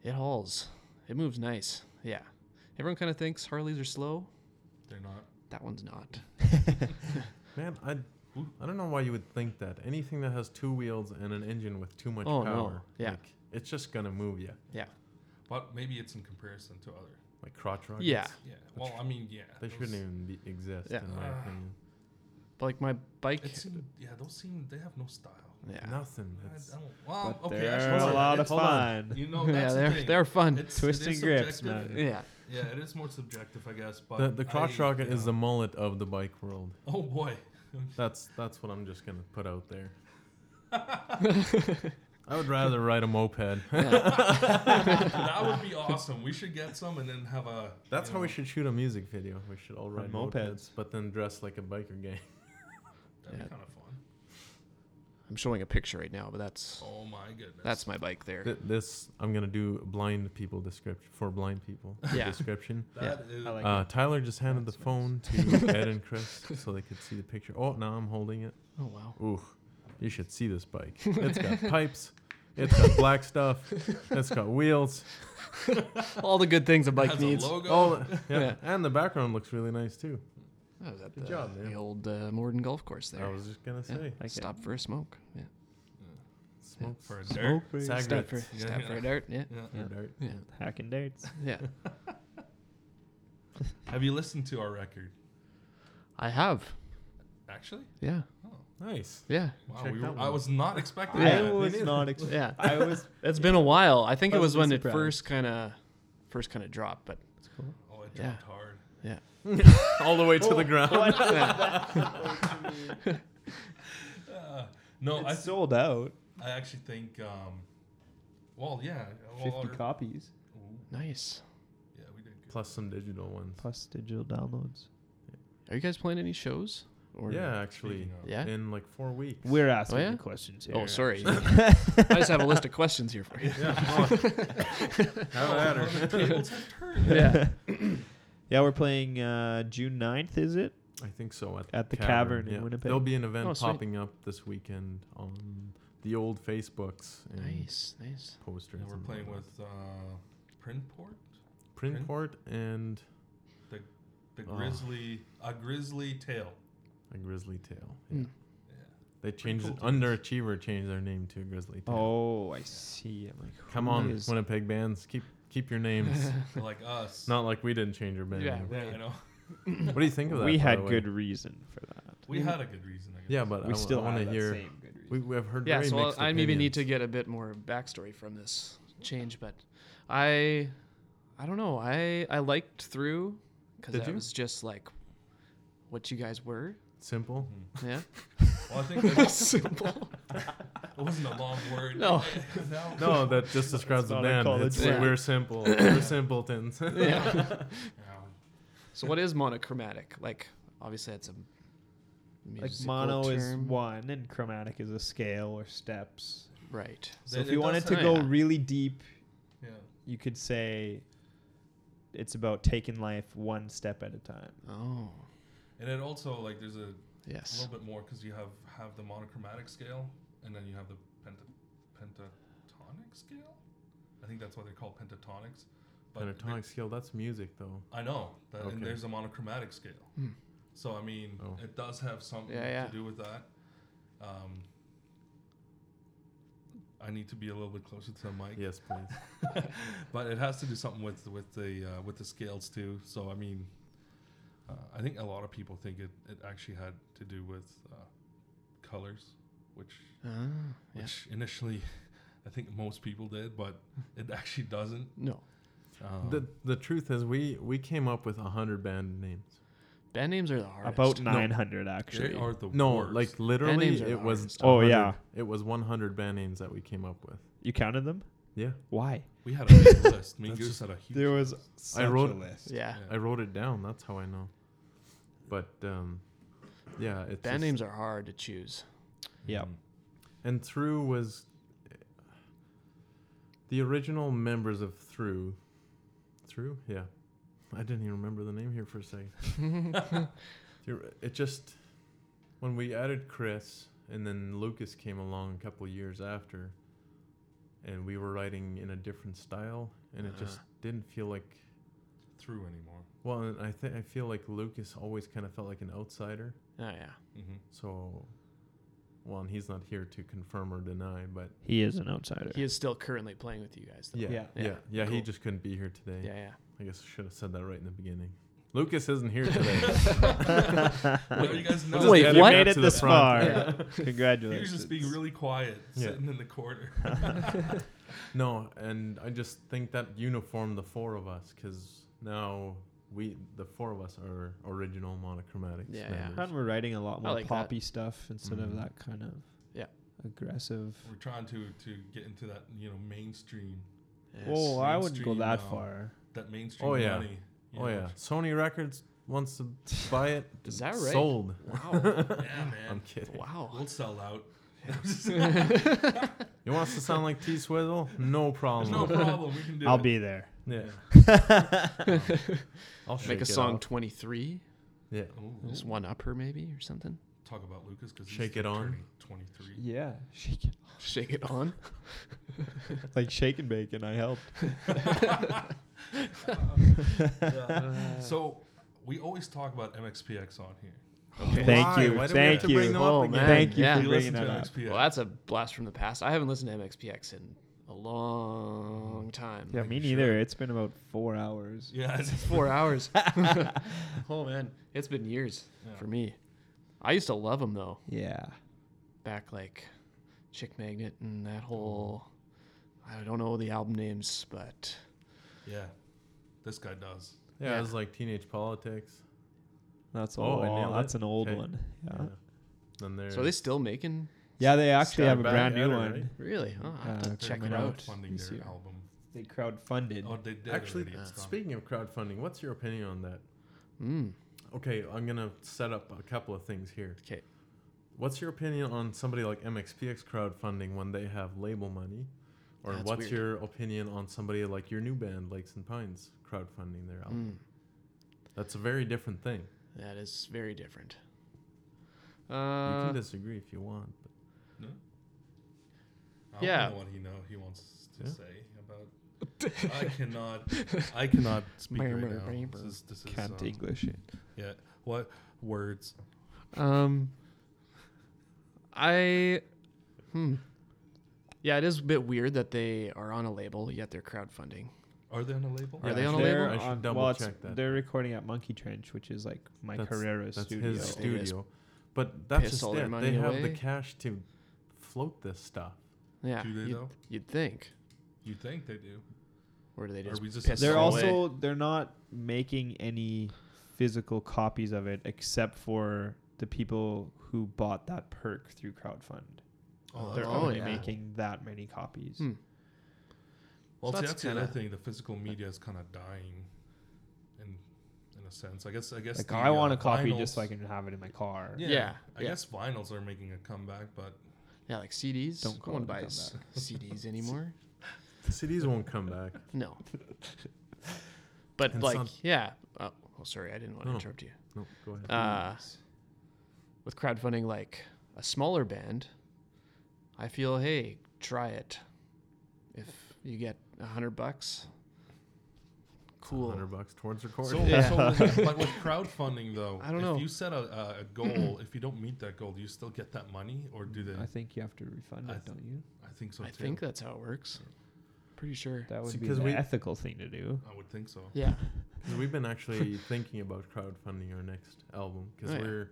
it hauls. It moves nice. Yeah, everyone kind of thinks Harleys are slow.
they're not.
That one's not.
Man, I I don't know why you would think that. Anything that has two wheels and an engine with too much
Oh, no.
power,
Yeah.
like, it's just gonna move you
Yeah,
But maybe it's in comparison to other.
like crotch rockets.
yeah.
Yeah. Well, I mean, yeah.
They
those-
shouldn't even be, exist,
Yeah.
in my
Ah.
opinion.
But like my bike.
It seemed, yeah, those seem they have no style.
yeah.
Nothing.
I
It's,
don't, well,
but
Um, okay,
they're
actually,
hold
a
on,
lot of
hold on.
fun.
You know,
yeah,
that's
they're
the thing.
they're fun.
It's- it
Twisting
is
grips,
subjective.
man.
yeah,
Yeah, it is more subjective, I guess. But
the the crotch
I-
rocket
yeah.
is the mullet of the bike world.
Oh boy.
That's that's what I'm just gonna put out there. I would rather ride a moped.
that would be awesome. We should get some and then have a.
That's
you
how we
know,
should shoot a music video. We should all ride mopeds,
mopeds.
but then dress like a biker gang.
That'd
Yeah.
be kind of fun.
I'm showing a picture right now, but that's
Oh my goodness.
that's my bike there.
Th- this I'm gonna do blind people description for blind people
Yeah.
description.
That is-
I like
Uh, Tyler just handed the
That's
phone to Ed and Chris so they could see the picture. Oh, now I'm holding it.
Oh wow.
Ooh, you should see this bike. It's got pipes. It's got black stuff. It's got wheels.
All the good things a
it
bike
has
needs.
A logo.
Oh, yeah.
Yeah.
And the background looks really nice too.
I was at
Good
the,
job, man.
Oh, the old uh, Morden golf course there.
I was just gonna
Yeah.
say,
Like it.
Stop for a smoke. Yeah.
smoke
For a
Smoke
dirt.
break.
Sag-
Stop for
Cigarettes.
Yeah,
stop
yeah.
for a dart. Yeah.
Yeah.
for dirt.
Yeah.
Hacking darts.
Yeah.
Have you listened to our record?
I have.
Actually,
Yeah.
Nice.
Yeah.
wow.
Check
We
that
were,
one
I
out.
was not expecting
I
that.
was
neither.
not. Ex-
Yeah.
I was.
It's been a while. I think it was
Pleasantly
when it
surprised.
first kind of first kind of dropped, but
Oh, it dropped
Yeah.
hard.
yeah.
All the way to the ground.
No,
It's
I
sold out.
I actually think. Um, well, yeah. Well,
Fifty
our-
copies
Ooh,
Nice.
yeah, we did good.
Plus some digital ones.
plus digital downloads.
Are you guys playing any shows? Or
Yeah, actually,
Speaking of-
Yeah.
in like four weeks.
We're asking
yeah?
the questions here.
Oh, sorry. I just have a list of questions here for you.
Yeah, have at
Oh,
her.
the tables have turned.
Yeah.
Yeah, we're playing uh, June 9th, is it?
I think so. At,
At the Cavern in
yeah.
Winnipeg.
There'll be an event
Oh, sweet.
popping up this weekend on the old Facebooks and
Nice, nice.
posters.
Yeah, we're
and
playing
all
with uh, Printport,
that. Printport and
the
Oh.
Grizzly, a Grizzly Tail.
a Grizzly Tail. Yeah.
Mm.
Yeah.
They changed
cool
it.
dudes.
Underachiever changed their name to Grizzly Tail.
Oh, I see. I'm like,
Come
who
on,
is-
Winnipeg bands, keep keep your names.
They're like us.
Not like we didn't change our band.
Yeah,
name.
Yeah, I know.
What do you think of that?
we
by the
had
way?
good reason for that.
We had a good reason. I guess.
Mm. Yeah, but
we
I,
still
want
have
to
that
hear.
same good reason.
We, we have heard
Yeah,
very
so
mixed
I'll- I maybe need
opinions.
to get a bit more backstory from this change, but I, I don't know. I I liked through because
Did
that
you?
was just like what you guys were.
simple.
Yeah,
Well, I think that
simple.
it wasn't a long word.
No.
No. Um,
No, that just describes the
not a
band.
college
It's like
band.
we're simple. we're simpletons.
Yeah.
Yeah.
So what is monochromatic? Like obviously that's a
like
musical
mono is
term.
one, and chromatic is a scale or steps.
right.
So
They-
if
it
you
does
wanted to
say-
go
Yeah.
really deep,
Yeah.
you could say it's about taking life one step at a time.
Oh,
And it also like there's a a
Yes.
little bit more because you have have the monochromatic scale and then you have the penta, pentatonic scale i think that's why they're called pentatonics but
And a tonic scale, that's music though.
i know that,
Okay.
and there's a monochromatic scale
Hmm.
so i mean
Oh.
it does have something
Yeah, yeah.
to do with that um, i need to be a little bit closer to the mic
Yes, please.
but it has to do something with with the uh, with the scales too. So I mean, uh, I think a lot of people think it, it actually had to do with uh, colors, which
Ah, yeah.
which initially I think most people did, but it actually doesn't.
No.
Um,
the the truth is, we we came up with a hundred band names.
Band names are the hardest.
About
No.
900 actually.
they are the
No,
worst.
like literally,
names are the
it was.
hardest.
Oh,
100
yeah.
it was 100 band names that we came up with.
You counted them?
Yeah,
Why?
we had a big list. Me and
That's
Goose had a huge.
There was
I
such
wrote-
a list.
Yeah.
Yeah.
I wrote it down. That's how I know. But um, yeah, it's
Band
just-
names are hard to choose.
Yep.
Mhm.
And Through was the original members of Through. Through, yeah. I didn't even remember the name here for a second.
Oh,
Through- it just when we added Chris and then Lucas came along a couple years after, and we were writing in a different style, and
Uh-huh.
it just didn't feel like.
through anymore.
Well, and I think I feel like Lucas always kind of felt like an outsider.
Oh yeah.
hmm
So, well, and he's not here to confirm or deny, but
He is an outsider.
He is still currently playing with you guys though.
yeah, yeah,
Yeah.
yeah,
Yeah.
he
Cool.
just couldn't be here today.
Yeah, yeah.
I guess I should have said that right in the beginning. Lucas isn't here today.
Well, Mm-hmm. you guys know
just
Wait,
edit
what?
that
Made it
to the
this far.
front.
He was
Congratulations.
just being really quiet,
Yeah.
sitting in the corner.
no, and I just think that uniformed the four of us because now we, the four of us, are original monochromatic.
Yeah, yeah.
members.
And we're writing a lot
I
more
like that.
poppy stuff instead
Mhm.
of that kind of
Yeah.
aggressive.
We're trying to to get into that you know mainstream
Yes.
Whoa, I wouldn't go
mainstream,
that
uh,
far.
that mainstream
Oh, yeah.
money. you
Oh
know,
yeah, Sony Records wants to buy it.
Is that right?
Sold.
Wow.
which- Yeah,
I'm
man.
kidding.
wow.
We'll sell out.
You want us to sound like T Swizzle? No
There's
problem.
no problem. We can do
I'll
it.
be there.
Yeah. I'll shake
Make a
it
song
off.
23.
Yeah.
Ooh,
Just one upper maybe or something.
talk about Lucas because
Shake it on.
Twenty three.
Yeah, shake it.
Shake it on.
Like shake and bake, and I helped.
So we always talk about MXPX on here.
Okay.
Thank
Why? Why
you,
do we have
thank
to
you,
bring them
Oh,
up again?
man.
Thank you
Yeah.
for
We
bringing
listen to
that up.
MXPX.
Well, that's a blast from the past. I haven't listened to MXPX in a long time.
Yeah,
Like
me
you should.
neither. It's been about four hours.
yeah, it's-
Four hours. oh man, it's been years
Yeah.
for me. I used to love them though.
Yeah,
Back like Chick Magnet and that whole. I don't know the album names, but
yeah. This guy does.
Yeah,
Yeah.
it was like teenage politics.
that's
Oh,
all.
I nailed
that's
it.
an old
Okay.
one. Yeah,
Yeah. Then there.
so are they still making?
yeah they actually
Sky
have a
back
brand
at
new
her,
one.
right?
Really? Oh, I have
Uh,
to
They're
check it out.
crowdfunding
This
their
year.
album.
They crowdfunded.
Oh, they did
Actually,
already. It's done.
uh, speaking of crowdfunding, what's your opinion on that?
Mm.
Okay, I'm gonna set up a couple of things here.
'Kay.
What's your opinion on somebody like MXPX crowdfunding when they have label money, or
That's
what's
weird.
your opinion on somebody like your new band Lakes and Pines crowdfunding their album?
Mm.
That's a very different thing.
That is very different.
You
Uh,
can disagree if you want. But
I don't
Yeah.
know what he know he wants to
Yeah.
say about. I cannot. I cannot speak right
Murmur,
now. This
murmur.
is, this is,
Can't
um,
English it.
Yeah. What words?
Um, I, hmm, yeah, it is a bit weird that they are on a label yet they're crowdfunding.
Are they on a label?
Are
Yeah,
they on a
They're
label? I should
on-
double
well, it's-
check that.
They're recording at Monkey Trench, which is like Mike
That's-
Herrera's
That's
studio.
his
They just
studio. But that's
piss
just
all their
it. They
money
have the
away.
cash to float this stuff.
Yeah,
Do they
you'd,
though?
you'd think,
You think they do?
or do they
Are
just?
we just
piss
They're
it all away?
also they're not making any physical copies of it except for the people who bought that perk through crowdfund.
Oh,
they're
that's
Oh,
only
yeah.
making that many copies.
Hmm.
Well, see,
So that's
that's the other
kinda-
thing. The physical media is kind of dying, in in a sense. I guess. I guess.
Like
the,
I want
uh,
a copy just
vinyls-
so I can have it in my car.
Yeah,
Yeah,
I
yeah.
guess vinyls are making a comeback, but
yeah, like CDs.
Don't
no
call
one
it a
buys CDs anymore.
The CDs won't come back.
No, but
And
like,
some-
yeah. Oh, Oh, sorry, I didn't want to
No.
interrupt you.
No, go ahead.
Uh, with crowdfunding like a smaller band, I feel hey, try it. If you get a hundred bucks, cool.
Hundred bucks towards
So,
recording.
Yeah.
so with, like with crowdfunding though,
I don't
if
know.
you set a, a goal, if you don't meet that goal, do you still get that money, or do they? I,
I think you have to refund
I
it,
th-
don't you?
think so
I
too.
think that's how it works. Pretty sure.
That would
See,
be
'cause
the
we-
ethical thing to do.
I would think so.
Yeah.
'Cause we've been actually thinking about crowdfunding our next album because
Oh, yeah.
we're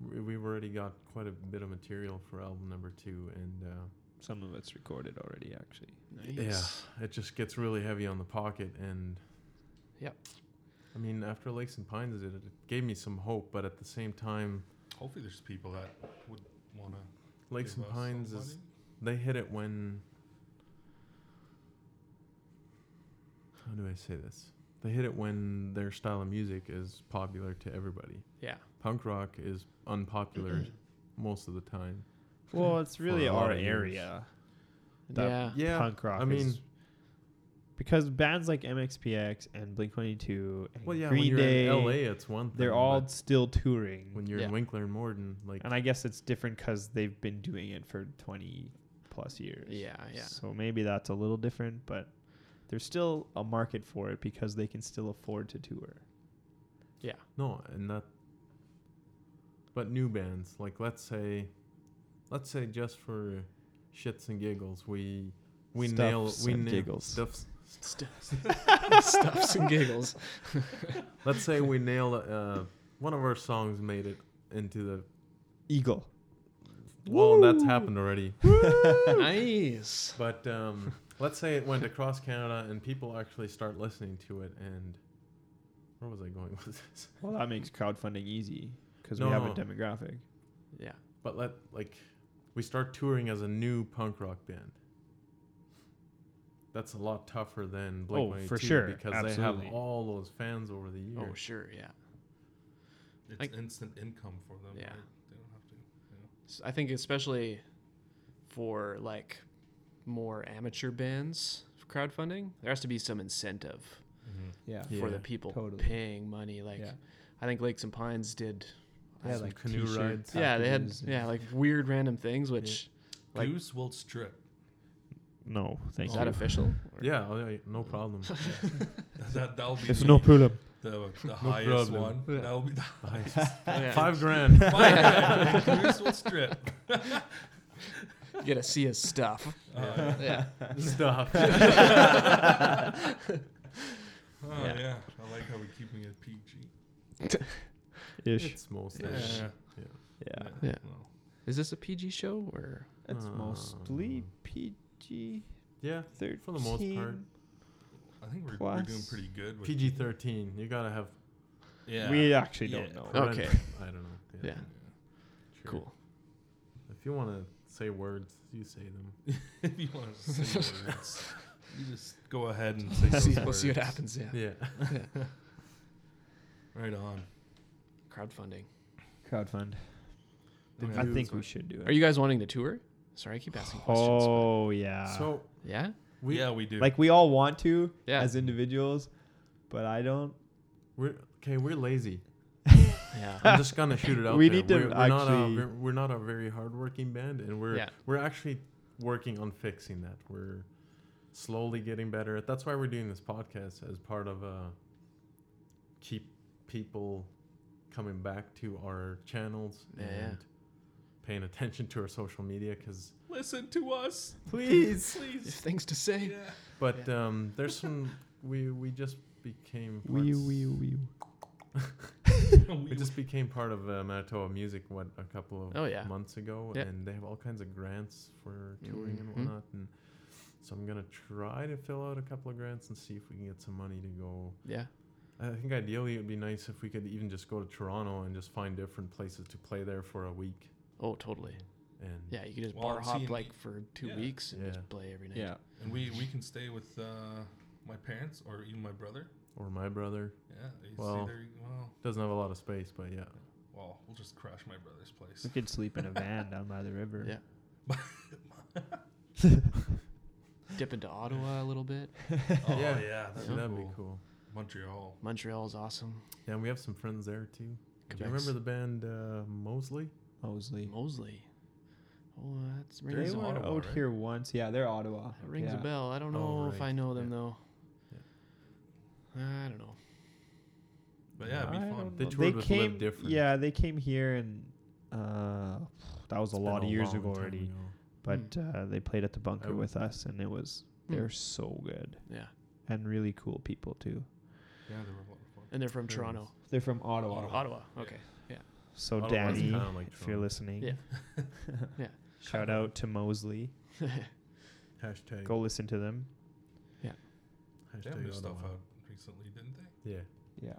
we- we've already got quite a bit of material for album number two, and uh,
Some of it's recorded already, actually.
Nice.
yeah, it just gets really heavy on the pocket. And
Yep.
I mean, after Lakes and Pines did it, it gave me some hope, but at the same time,
Hopefully, there's people that would want to.
Lakes and Pines is they hit it when how do I say this? They hit it when their style of music is popular to everybody.
Yeah.
Punk rock is unpopular
Mm-hmm.
most of the time.
Well, it's really
a lot
our
of years.
area. That-
Yeah.
Yeah,
Punk rock.
I mean-
is, because bands like MXPX and Blink Twenty Two and
Well, yeah, when
Green
you're
Day,
in LA, it's one thing.
they're all
but
still touring.
when you're
Yeah.
in Winkler and Morden, like
and I guess it's different because they've been doing it for twenty plus years.
Yeah. Yeah.
So maybe that's a little different, but there's still a market for it because they can still afford to tour.
no, and that. But new bands, like let's say, let's say just for shits and giggles, we we
Stuffs
nail we
and
nail
giggles.
stuffs
Stuffs and giggles.
Let's say we nail uh, one of our songs made it into the
Eagle.
well. That's happened already,
nice.
but um, let's say it went across Canada and people actually start listening to it. And where was I going with this?
Well, that makes crowdfunding easy because
No,
we have
no.
a demographic.
Yeah.
But let like we start touring as a new punk rock band. That's a lot tougher than Blink
Oh, for sure.
because they
Absolutely.
have all those fans over the years.
Oh sure. Yeah.
It's
like-
instant income for them.
Yeah.
right? They don't have to.
S- I think especially for like more amateur bands for crowdfunding, there has to be some incentive
Yeah.
for the
Yeah,
people
totally.
paying money. Like
Yeah.
I think Lakes and Pines did.
They had,
some-
like, canoe
t-shirt
rides.
yeah, they had
packages and-
yeah like weird random things. Which Like-
Goose will strip.
No, thank
is
you.
that official? Or-
Yeah, oh, yeah, no problem.
that that'll be
It's no problem.
the, the highest
problem.
one.
Yeah.
That'll be the highest.
Yeah.
Five grand.
Fine. Goose will strip.
You gotta see his stuff.
Uh,
Yeah.
Stuff.
oh
Yeah.
yeah. I like how we're keeping it PG.
Ish.
It's mostly.
Yeah.
Yeah.
Yeah.
Well,
Is this a PG show or?
It's
Uh,
mostly PG
Yeah,
13.
for the most part.
I think we're, we're
Plus-
doing pretty good. With
PG thirteen. You gotta have.
Yeah.
We actually
Yeah.
don't know.
Oh. Okay.
I don't know.
Yeah.
sure.
Cool.
If you want to say words, you say them.
if you want to say words, you just go ahead and say
See,
those
we'll see what
words.
happens. Yeah.
Yeah.
Right on.
Crowdfunding.
Crowdfund.
I mean,
I think
that's
we
what-
should do it.
Are you guys wanting to tour? Sorry, I keep asking questions. but-
Oh yeah.
So
Yeah.
we
Uh, yeah, we do.
like we all want to
Yeah.
as individuals, but I don't.
we're okay. We're lazy.
yeah.
I'm just gonna shoot it out.
We
there.
need to
we're, we're not a,
actually-
ver- we're not a very hardworking band, and we're
Yeah.
we're actually working on fixing that. We're slowly getting better. at That's why we're doing this podcast as part of uh, keep people coming back to our channels
Yeah, yeah.
and paying attention to our social media because
listen to us,
please.
You have
please.
things to say.
Yeah.
But um, there's some we we just became
Wee
parts-
wee wee.
We just became part of uh, Manitoba Music what a couple of
Oh, yeah.
months ago,
Yeah.
and they have all kinds of grants for touring
Mhm.
and whatnot. And so I'm gonna try to fill out a couple of grants and see if we can get some money to go.
Yeah.
I think ideally it'd be nice if we could even just go to Toronto and just find different places to play there for a week.
Oh, totally.
And
Yeah, you could just
Well,
bar
I'm
hop
seeing-
like for two
yeah.
weeks and
Yeah.
just play every night.
Yeah.
And we we can stay with uh, my parents or even my brother.
or my brother
Yeah. He's
Well.
either- well,
doesn't have a lot of space, but yeah,
well, we'll just crash my brother's place.
We could sleep in a van down by the river.
Yeah. Dip into Ottawa a little bit.
Oh
Yeah.
yeah, that'd
so
be
that'd
cool.
be cool.
Montreal.
Montreal is awesome.
Yeah, and we have some friends there too. Do you
Quebec's-
remember the band uh, Mosley?
Mosley.
Mosley? Oh, that's
They're
They
rings.
in
were
Ottawa,
out
right?
here once. Yeah, they're Ottawa.
That rings
yeah.
a bell. I don't know
Oh,
if
right.
I know them
Yeah.
though. I don't know.
But yeah, it'd be
I
fun.
don't
They
know.
toured with Live
came,
Different.
Yeah, they came here and uh, that was a lot of years ago already. But uh, they played at the bunker
would-
with us, and it was
Hmm.
they're so good
Yeah,
and really cool people too.
Yeah, they were a lot of fun.
and they're from
Friends.
Toronto,
They're from Ottawa.
Ottawa.
Ottawa.
Yeah.
Okay,
So
Ottawa's
Danny,
kinda like
if you're
Toronto.
listening,
Yeah. Yeah.
shout out to Mosley.
Hashtag.
Go listen to them.
They
Hashtag
had new stuff
Ottawa.
out recently, didn't they?
Yeah.
Yeah.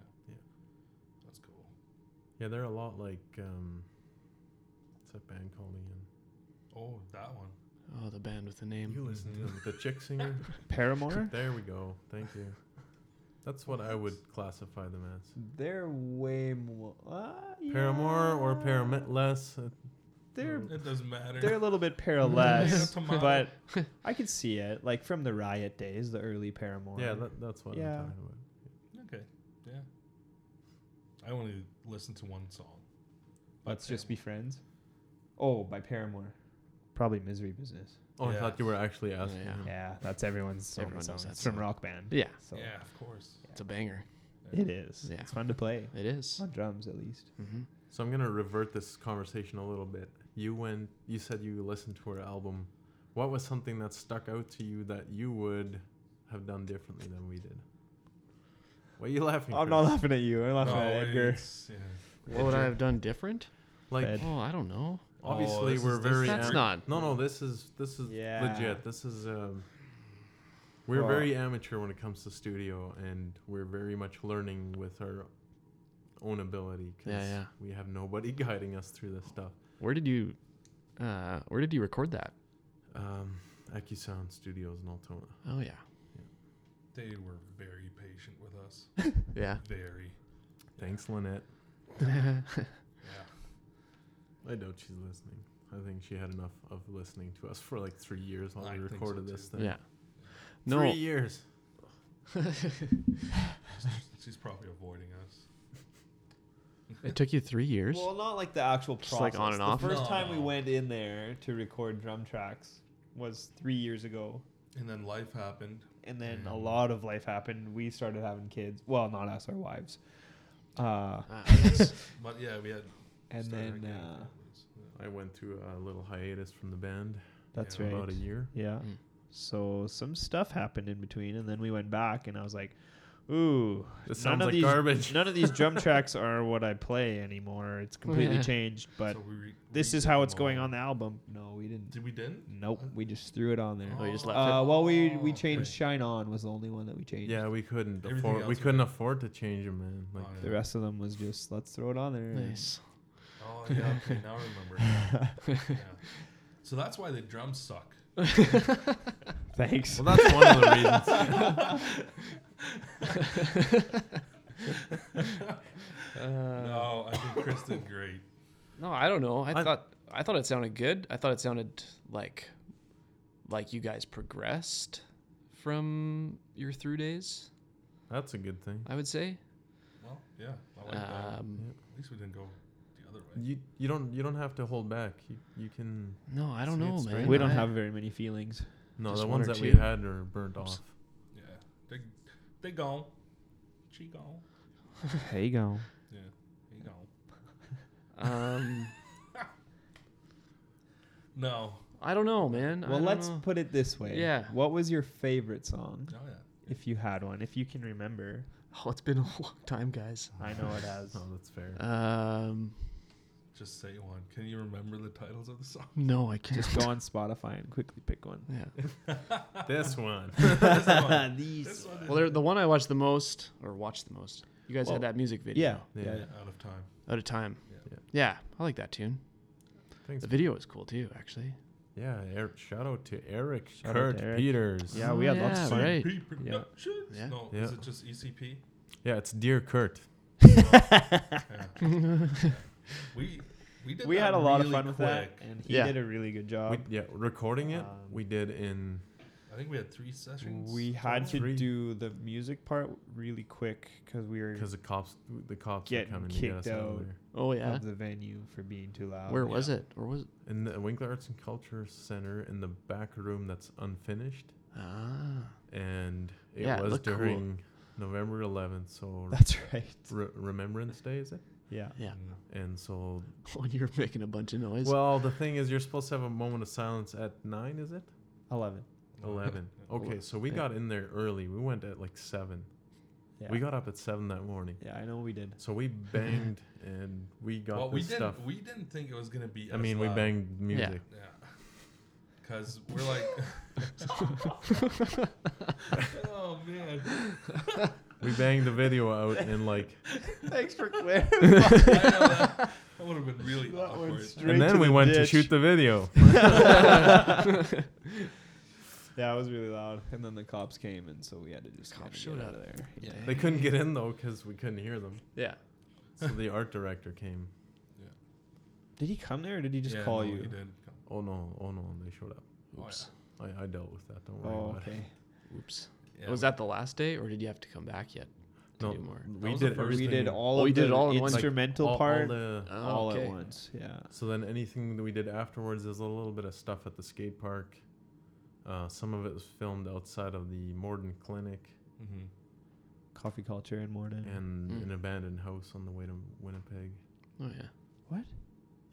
That's cool.
Yeah, they're a lot like. Um, what's that band called again?
Oh, that one.
oh, the band with the name.
You listen to them. The Chick Singer?
Paramore.
there we go. Thank you. That's what I would classify them as.
they're way more. Uh,
Paramore or Mm.
yeah.
Paramiless.
They're
It doesn't matter.
they're a little bit parallel,
Tomato.
but I could see it like from the Riot days, the early Paramore.
Yeah, that, that's what
Yeah.
I'm talking about.
okay. Yeah. I only listened to one song. by
Let's just be
Paramore.
friends. Oh, by Paramore. Probably Misery Business.
Oh,
Yeah.
I thought you were actually asking.
yeah.
him.
Yeah, that's everyone's
Everyone
favorite song.
knows that
It's from
song.
Rock Band.
Yeah,
So
Yeah, of course.
it's a banger.
it is.
Yeah.
It's fun to play.
It is.
On drums at least.
Mm-hmm.
So I'm gonna revert this conversation a little bit. You went. You said you listened to her album. What was something that stuck out to you that you would have done differently than we did? What are you laughing?
I'm
Chris?
not laughing at you. I'm laughing
No,
at Edgar.
it's- yeah.
What would I have done different?
Like
Bad.
Oh, I don't know.
Oh,
obviously
this
we're
is- this
very.
is
That's
am-
not.
No, no. This is this is
Yeah.
legit. This is. Um, we're
Well-
very amateur when it comes to studio, and we're very much learning with our own ability because
Yeah, yeah.
we have nobody guiding us through this stuff.
Where did you? Uh, where did you record that?
Um, AccuSound Studios in Altona.
Oh yeah,
They were very patient with us.
yeah.
Very.
Thanks, Lynette.
Yeah.
I doubt she's listening. I think she had enough of listening to us for like three years while
I
we
think so
recorded this
too.
thing.
yeah.
Three
No,
years.
She's- She's probably avoiding us.
it took you three years.
Well, not like the actual process.
Just, like, on and off?
The first time we
No.
went in there to record drum tracks was three years ago.
And then life happened.
and then a
Mm.
lot of life happened. We started having kids. Well, not us, our wives. Uh,
Ah,
But yeah, we had.
and
started
then
getting
uh,
families. Yeah.
I went through a little hiatus from the band
that's
Yeah,
for
right.
about a year.
Yeah.
Mm.
So some stuff happened in between, and then we went back, and I was like, "Ooh,
This
none
sounds
of
like
these
garbage.
none of these drum tracks are what I play anymore. It's completely
Yeah.
changed, but
So we re-
this is
redid
how
them
it's going
all.
on the album." No, we didn't.
Did we didn't?
Nope, we just threw it on there.
Oh, you just left
Uh, well, we we
Oh,
changed "Shine On" was the only one that we changed.
Yeah, we couldn't
Everything
afford. We
else
couldn't
was-
afford to change them, man. Like,
Oh,
The rest of them was just let's throw it on there. and
nice.
Oh yeah, okay, now I remember. yeah. So that's why the drums suck.
Thanks.
well, that's one of the reasons.
Uh.
no, I think Chris did great.
Uh, No, I don't know. I,
I-
thought I thought it sounded good. I thought it sounded like like you guys progressed from your through days.
That's a good thing.
I would say.
Well, yeah, I like
Uh.
that.
Um,
At least we didn't go the other way.
You you don't you don't have to hold back. You you can.
no, I don't
See,
know,
it's
man.
right.
We don't
I-
have very many feelings.
No,
Just
the
one
ones
or
that we
two.
had are burnt off.
Yeah, they they gone. She gone.
there you go.
Yeah, he gone.
Um,
No.
I don't know, man. I
Well,
don't
let's
know.
put it this way.
Yeah.
What was your favorite song,
Oh yeah.
if you had one, if you can remember?
Oh, it's been a long time, guys.
I know it has.
No, Oh, that's fair.
Um,
Just say one. Can you remember the titles of the song?
no, I can't.
Just go on Spotify and quickly pick one.
yeah.
this one.
This one.
These.
This one is
Well, they're- the one I watched the most, or watched the most, you guys
Well,
had that music video.
Yeah.
Yeah.
yeah.
out of time.
Out of time.
Yeah.
Yeah.
yeah, I like that tune.
Thanks.
The video was cool too, actually.
Yeah. Er- shout out to Eric
Shout out to
Kurt
Eric.
Peters.
Yeah, we had lots
Yeah,
of fun.
right.
EP Productions.
Yeah.
No,
Yeah.
is it just E ECP?
Yeah, it's Dear Kurt.
Yeah. we we did.
We
that
had a lot
really
of fun with that,
quick.
and he
Yeah.
did a really good job.
We, yeah, recording it we did in
I I think we had three sessions.
We had
total?
to
Three.
do the music part really quick because we were
because the cops the cops were
Getting
coming to get us
kicked
out. of
out.
there.
Oh yeah.
of the venue for being too loud.
Where was
yeah.
it? Or was it?
In the Winkler Arts and Culture Center, in the back room that's unfinished,
Ah.
and it
Yeah, it
was
looked cool.
during November 11th, so
That's right.
re- Remembrance Day is it?
Yeah.
Yeah.
Mm.
And so,
Oh, you're making a bunch of noise.
well, the thing is, you're supposed to have a moment of silence at nine, is it?
11.
11.
Yeah.
Okay, so we
Yeah.
got in there early. We went at like 7.
Yeah.
We got up at 7 that morning.
yeah, I know we did.
So we banged and we got
well, we
this
didn't.
stuff.
We didn't think it was gonna be.
I
as
mean, we
loud.
banged music.
Yeah. Cause we're like, oh man,
We banged the video out and like,
Thanks for clarifying.
I know that, that would have been really
That
awkward.
one's straight-
and
to
then we
the
went
ditch.
to shoot the video.
yeah, it was really loud. And then the cops came, and so we had to just
Cops
kinda get
showed
out of there.
Yeah.
They couldn't get in though because we couldn't hear them.
yeah.
So the art director came.
Did he come there, or did he just
Yeah,
call
no,
you?
He did. come.
Oh no, oh no, they showed up.
Oh, yeah.
Oops.
I, I dealt with that. Don't worry
Oh,
about
okay.
Oops.
Yeah,
Was that the last day, or did you have to come back yet to
No,
do more?
it.
That
We
was the
did
first
everything.
We did all
Oh,
of
you did
the
it all in one-
instrumental
all- all
part all,
the-
Oh,
at
okay.
once. Yeah.
so then anything that we did afterwards is a little bit of stuff at the skate park. Uh, some of it was filmed outside of the Morden Clinic
Mhm.
Coffee culture in Morden.
and
Mm.
an abandoned house on the way to Winnipeg.
Oh yeah.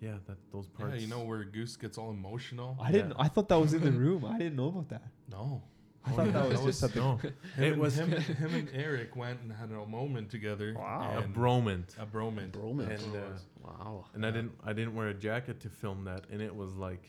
Yeah, that those parts.
Yeah, you know where Goose gets all emotional.
I didn't.
Yeah.
I thought that was in the room. I didn't know about that.
No,
I
Oh,
thought
yeah,
that was
that
just something.
no,
him
It
and-
was-
him. him and Eric went and had a moment together.
Wow.
a
and-
bromant.
A bromance.
Bromance.
That's what it
And, uh,
was.
Wow.
And I
Yeah.
didn't I didn't wear a jacket to film that, and it was like,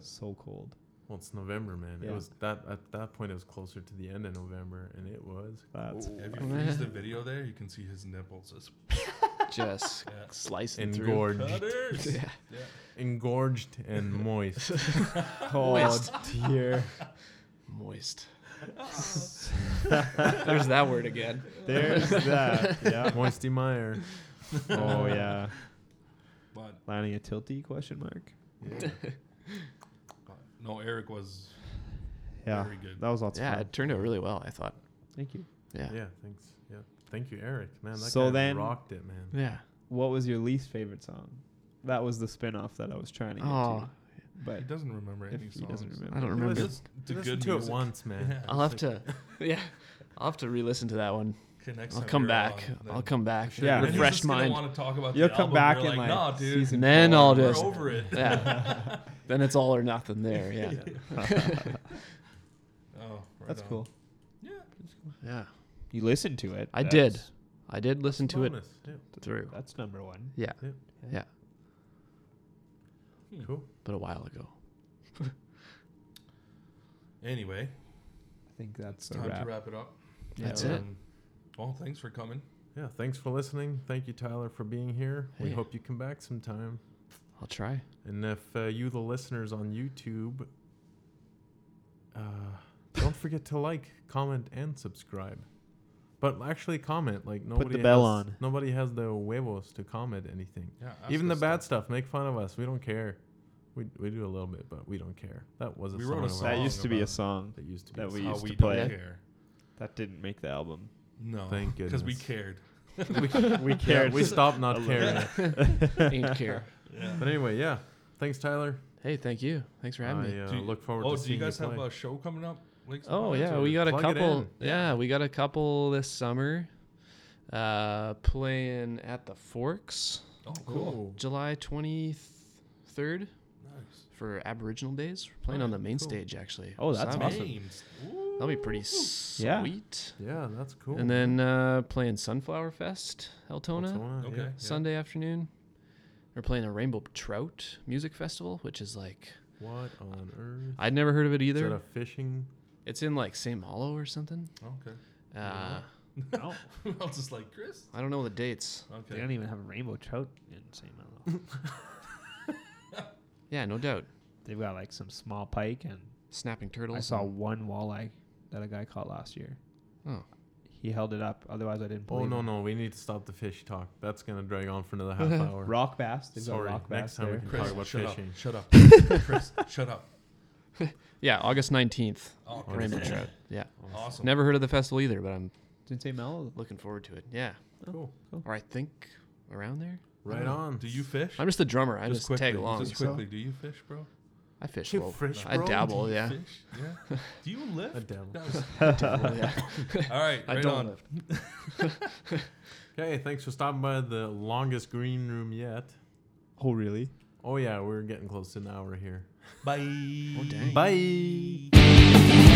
So cold.
well, it's November, man. It
Yeah.
was that at that point it was closer to the end of November, and it was
That's
If you freeze the video there, you can see his nipples. It's
Oh,
Just
Yeah.
slicing through.
engorged,
cutters.
Yeah.
Yeah.
engorged and moist.
oh dear.
Moist. There's that word again.
There's that. Yeah.
Moisty Meyer.
Oh yeah.
But,
Landing a tilty question mark.
Yeah.
but no, Eric was
Yeah.
very good.
That was lots
Yeah,
of fun.
it turned out really well. I thought.
Thank you.
Yeah.
yeah, thanks. Yeah, thank you, Eric. Man, that
So
guy
then-
rocked it, man.
Yeah.
What was your least favorite song? That was the spin off that I was trying to get
Oh,
to. But
he doesn't remember
if
any
he
songs.
doesn't remember.
I don't
You
remember.
listen-
To
listen
good
to it
music.
once, man.
Yeah.
I'll have to. Yeah. I'll have to re-listen to that one.
Okay, next
I'll
time
come
you're
back.
on, then-
I'll come back.
Sure.
Yeah.
uh, And he's
Refresh
just gonna
mind.
wanna talk about the
You'll come
album,
back
we're
in like
nah, dude,
season
Then
four.
I'll
we're
just-
over it.
Yeah. then it's all or nothing there. Yeah.
Oh, right
That's
on.
cool.
Yeah,
Yeah.
You listened to it.
I
That's-
did. I did listen to it
Bonus, yeah,
through,
That's number one.
Cool.
but a while ago.
Anyway,
I think that's
it's
a
time to
wrap.
wrap it up. um,
That's
Yeah.
it.
Well, thanks for coming.
Yeah, thanks for listening. Thank you, Tyler, for being here. We
Hey.
hope you come back sometime.
I'll try.
And if uh, you, the listeners on YouTube, uh, don't forget to like, comment, and subscribe. But actually, comment. Like nobody
bell
has,
on.
Nobody has the huevos to comment anything.
Yeah, ask
Even the
us
bad stuff. Make fun of us. We don't care. We, we do a little bit, but we don't care. That was a
We
song
wrote a
of ours
That
song
used to be a
about-
song
that used to be.
that
a
we
how
used
we
to
don't
play.
care.
That didn't make the album.
No,
Thank
because we
goodness.
cared.
We
song. Yeah,
cared.
we stopped not caring.
Ain't care.
but anyway, yeah. Thanks, Tyler.
Hey, thank you. Thanks for
I
having me.
uh,
Do you-
look forward
Oh,
to
do you
seeing
guys
play.
have a show coming up? Like
Oh
sometime,
yeah,
or-
we got a
plug it
couple.
in.
Yeah, we got a couple this summer. Uh, playing at the Forks,
Oh, cool.
July twenty third
Nice.
for Aboriginal Days. We're playing on the main
cool.
stage actually.
Oh, that's
So
awesome.
Names. Ooh.
That'll be pretty
Yeah.
sweet.
Yeah, that's cool.
And then uh, playing Sunflower Fest, Eltona,
Altona,
Okay.
yeah.
yeah.
Sunday afternoon. We're playing a Rainbow Trout Music Festival, which is like
What on earth?
I'd never heard of it
Is
either.
that a fishing?
It's in like St. Malo or something.
Okay.
Uh,
Yeah.
No,
I was just like Chris.
I don't know the dates.
Okay.
they don't even have rainbow trout in St. Malo.
Yeah, no doubt.
They've got like some small pike, and
Snapping turtles.
I saw
and-
one walleye that a guy caught last year.
Oh.
He held it up. Otherwise, I didn't believe.
Oh no
him.
no, we need to stop the fish talk. That's gonna drag on for another half hour.
Rock bass. They've
Sorry,
got rock
next
bass
time we
there.
can
Chris,
talk about
shut
fishing.
up. Shut up. Chris, shut up.
Yeah, August 19th.
Oh, okay.
Rainbow Trout. Yeah.
Awesome.
Never heard of the festival either, but I'm
Didn't say Mel.
looking forward to it. Yeah.
Cool.
Or I think around there.
Right on.
Do you fish?
I'm just the drummer. I
Just
just, tag
quickly,
along.
Just
so-
quickly, do you fish, bro?
I fish.
You
well,
fish,
I
bro?
dabble, yeah.
Fish? Yeah. Do you lift?
A devil.
That was-
Dabble, yeah.
All right,
I
right
don't
on.
lift.
Okay, thanks for stopping by the longest green room yet.
Oh, really?
Oh yeah, we're getting close to an hour here.
Bye.
Oh, dang.
Bye.